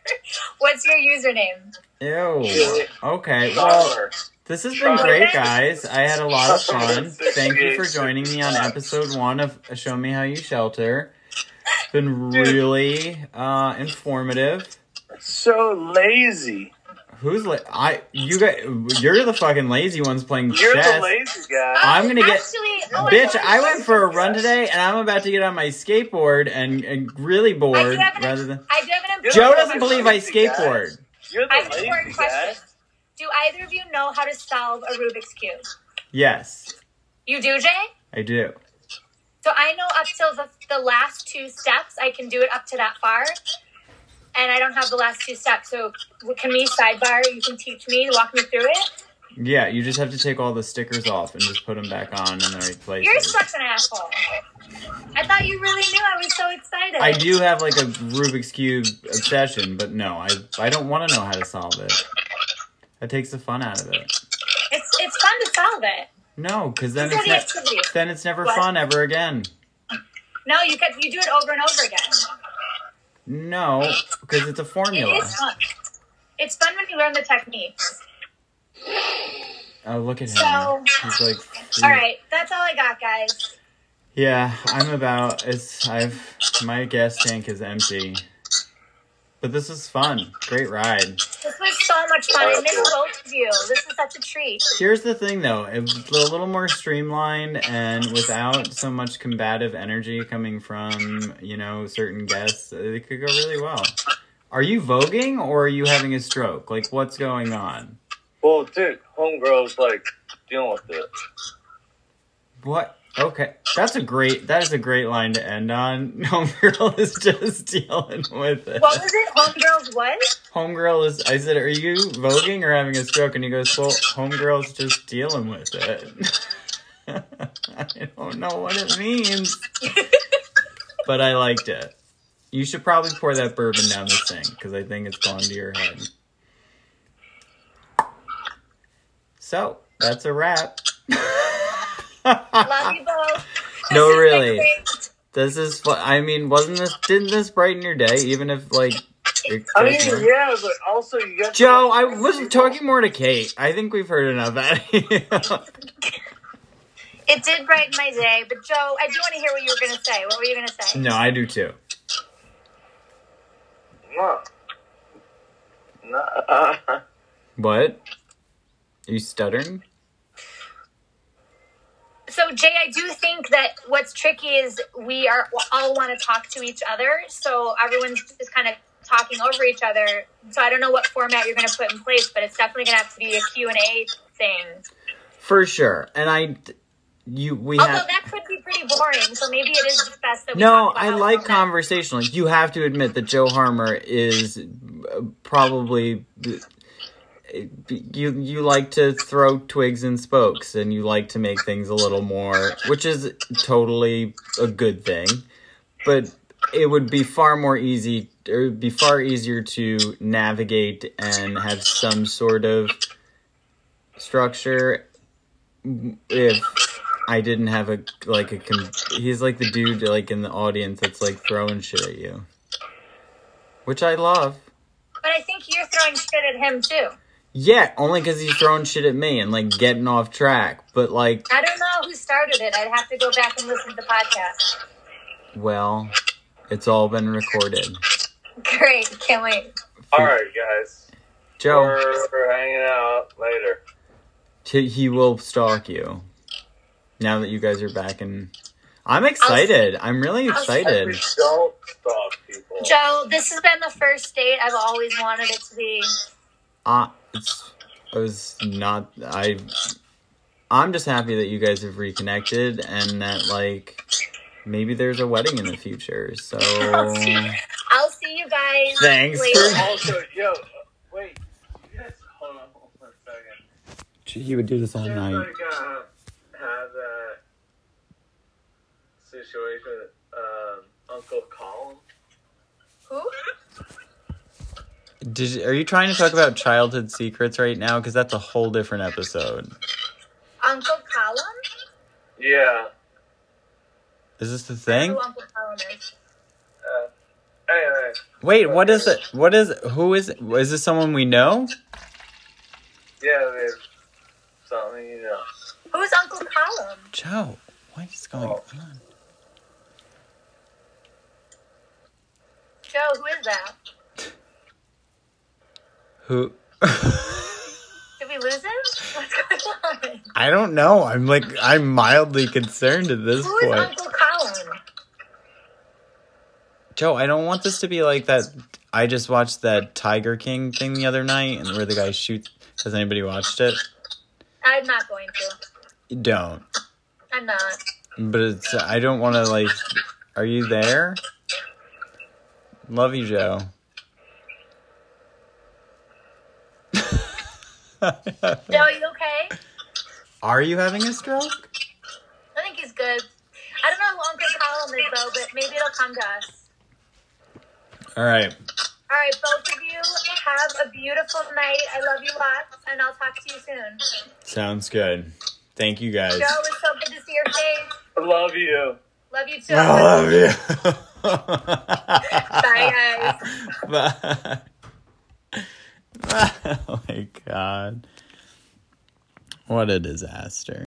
Speaker 2: what's your username?
Speaker 3: ew okay well
Speaker 1: Summer.
Speaker 3: This has been great, guys. I had a lot of fun.
Speaker 1: Sixty-eight,
Speaker 3: Thank you for joining me on
Speaker 1: sixty-five.
Speaker 3: episode one of Show Me How You Shelter. It's been really uh, informative.
Speaker 1: So lazy.
Speaker 3: Who's la- I? You guys, you're the fucking lazy ones playing
Speaker 1: You're the
Speaker 3: chess.
Speaker 1: lazy guy.
Speaker 3: I'm gonna get-
Speaker 2: Actually, oh,
Speaker 3: Bitch,
Speaker 2: know
Speaker 3: I
Speaker 2: you-
Speaker 3: went for a run today, and I'm about to get on my skateboard and, and really
Speaker 2: I do
Speaker 3: bored.
Speaker 2: have an,
Speaker 3: Rather than
Speaker 2: I do have an
Speaker 1: You're
Speaker 3: Joe
Speaker 1: the
Speaker 3: doesn't believe I
Speaker 1: lazy guy.
Speaker 3: skateboard.
Speaker 1: You're
Speaker 2: I
Speaker 1: the
Speaker 2: have an
Speaker 1: lazy
Speaker 2: important
Speaker 1: guy.
Speaker 2: question. Do either of you know how to solve a Rubik's Cube?
Speaker 3: Yes,
Speaker 2: You do, Jay?
Speaker 3: I do.
Speaker 2: So I know up till the, the last two steps, I can do it up to that far. And I don't have the last two steps. So can we sidebar? You can teach me, walk me through it.
Speaker 3: Yeah, you just have to take all the stickers off and just put them back on in the right places.
Speaker 2: You're such an asshole. I thought you really knew. I was so excited.
Speaker 3: I do have like a Rubik's cube obsession, but no, I I don't want to know how to solve it. That takes the fun out of it.
Speaker 2: It's it's fun to solve it.
Speaker 3: No, because then
Speaker 2: It's
Speaker 3: it's
Speaker 2: already
Speaker 3: ne-
Speaker 2: activity.
Speaker 3: then it's never
Speaker 2: What?
Speaker 3: fun ever again.
Speaker 2: No, you can, you do it over and over again.
Speaker 3: No, because it's a formula.
Speaker 2: It is fun. It's fun when you learn the techniques.
Speaker 3: Oh, look at him.
Speaker 2: So-
Speaker 3: He's like,
Speaker 2: All right, that's all I got, guys.
Speaker 3: yeah, I'm about. It's I've my gas tank is empty. But this was fun. Great ride.
Speaker 2: This was so much fun. I miss both of you. This is such a treat.
Speaker 3: Here's the thing, though. It was a little more streamlined and without so much combative energy coming from, you know, certain guests, it could go really well. Are you voguing or are you having a stroke? Like, what's going on?
Speaker 1: Well, dude, homegirl's like dealing with it.
Speaker 3: What? Okay, that's a great. That is a great line to end on. Homegirl is just dealing with it.
Speaker 2: What was it? Homegirls what?
Speaker 3: Homegirl is. I said, "Are you voguing or having a stroke?" And he goes, "Well, homegirl's just dealing with it." I don't know what it means, but I liked it. You should probably pour that bourbon down the sink because I think it's gone to your head. So that's a wrap.
Speaker 2: Love you both.
Speaker 3: No,
Speaker 2: This is
Speaker 3: really.
Speaker 2: great.
Speaker 3: This is fu- I mean, wasn't this? Didn't this brighten your day? Even if like. it-
Speaker 1: I mean, Oh, yeah, but also you got
Speaker 3: Joe, I was talking more to Kate. I think we've heard enough out of you.
Speaker 2: It did brighten my day, but Joe, I do want to hear what you were going to say. What were you going to say?
Speaker 3: No, I do too.
Speaker 1: No. No. Uh,
Speaker 3: What? Are you stuttering?
Speaker 2: So, Jay, I do think that what's tricky is we are all want to talk to each other. So everyone's just kind of talking over each other. So I don't know what format you're going to put in place, but it's definitely going to have to be a Q&A thing.
Speaker 3: For sure. And I, you, we
Speaker 2: Although
Speaker 3: have.
Speaker 2: that could be pretty boring. So maybe it is just best that we
Speaker 3: No,
Speaker 2: talk about
Speaker 3: I
Speaker 2: how
Speaker 3: like
Speaker 2: it's done.
Speaker 3: conversational. You have to admit that Joe Harmer is uh, probably uh, you. You like to throw twigs and spokes, and you like to make things a little more, which is totally a good thing. But it would be far more easy. It would be far easier to navigate and have some sort of structure if I didn't have a like a con- he's like the dude like in the audience that's like throwing shit at you, which I love.
Speaker 2: But I think you're throwing shit at him too.
Speaker 3: Yeah, only because he's throwing shit at me and like getting off track. But like,
Speaker 2: I don't know who started it. I'd have to go back and listen to the podcast.
Speaker 3: well, it's all been recorded.
Speaker 2: Great. Can't wait.
Speaker 1: all right, guys.
Speaker 3: Joe,
Speaker 1: We're, we're hanging out later.
Speaker 3: t- he will stalk you. Now that you guys are back and I'm excited. I'm really excited.
Speaker 1: Please don't stalk people.
Speaker 2: Joe, this has been the first date I've always wanted it to be.
Speaker 3: Uh, it's, I was not. I. I'm just happy that you guys have reconnected and that like maybe there's a wedding in the future. So
Speaker 2: I'll see, I'll see you guys.
Speaker 3: Thanks
Speaker 2: later.
Speaker 3: for-
Speaker 1: Also, yo, uh, wait. You guys, hold on one second.
Speaker 3: you would do this all
Speaker 1: You guys,
Speaker 3: night.
Speaker 1: like, uh, have that situation with um, Uncle Colin?
Speaker 2: Who?
Speaker 3: Did you, are you trying to talk about childhood secrets right now? Because that's a whole different episode.
Speaker 2: Uncle Colum?
Speaker 1: Yeah.
Speaker 3: Is this the
Speaker 2: Who
Speaker 3: thing?
Speaker 2: Uncle Colum is?
Speaker 1: Uh, anyway,
Speaker 3: Wait, what is it? What is who is is this someone we know?
Speaker 1: yeah, there's something you know.
Speaker 2: Who's Uncle Colum?
Speaker 3: Joe, what is going on?
Speaker 2: Joe, who is that?
Speaker 3: Who?
Speaker 2: Did we lose him? What's going on?
Speaker 3: I don't know. I'm like I'm mildly concerned at this
Speaker 2: Who is Uncle Colum?
Speaker 3: Joe, I don't want this to be like that. I just watched that Tiger King thing the other night, and where the guy shoots. Has anybody watched it?
Speaker 2: I'm not going to.
Speaker 3: You don't.
Speaker 2: I'm not.
Speaker 3: But it's. I don't want to like. Are you there? Love you, Joe.
Speaker 2: Joe, you okay?
Speaker 3: Are you having a stroke?
Speaker 2: I think he's good. I don't know who Uncle Colum is though, but maybe it'll come to us.
Speaker 3: All right.
Speaker 2: All right, both of you have a beautiful night. I love you lots, and I'll talk to you soon.
Speaker 3: Sounds good. Thank you guys.
Speaker 2: Joe, it's so good to see your face.
Speaker 1: I love you.
Speaker 2: Love you too.
Speaker 3: I love you.
Speaker 2: Bye, guys.
Speaker 3: Bye. oh my god. What a disaster.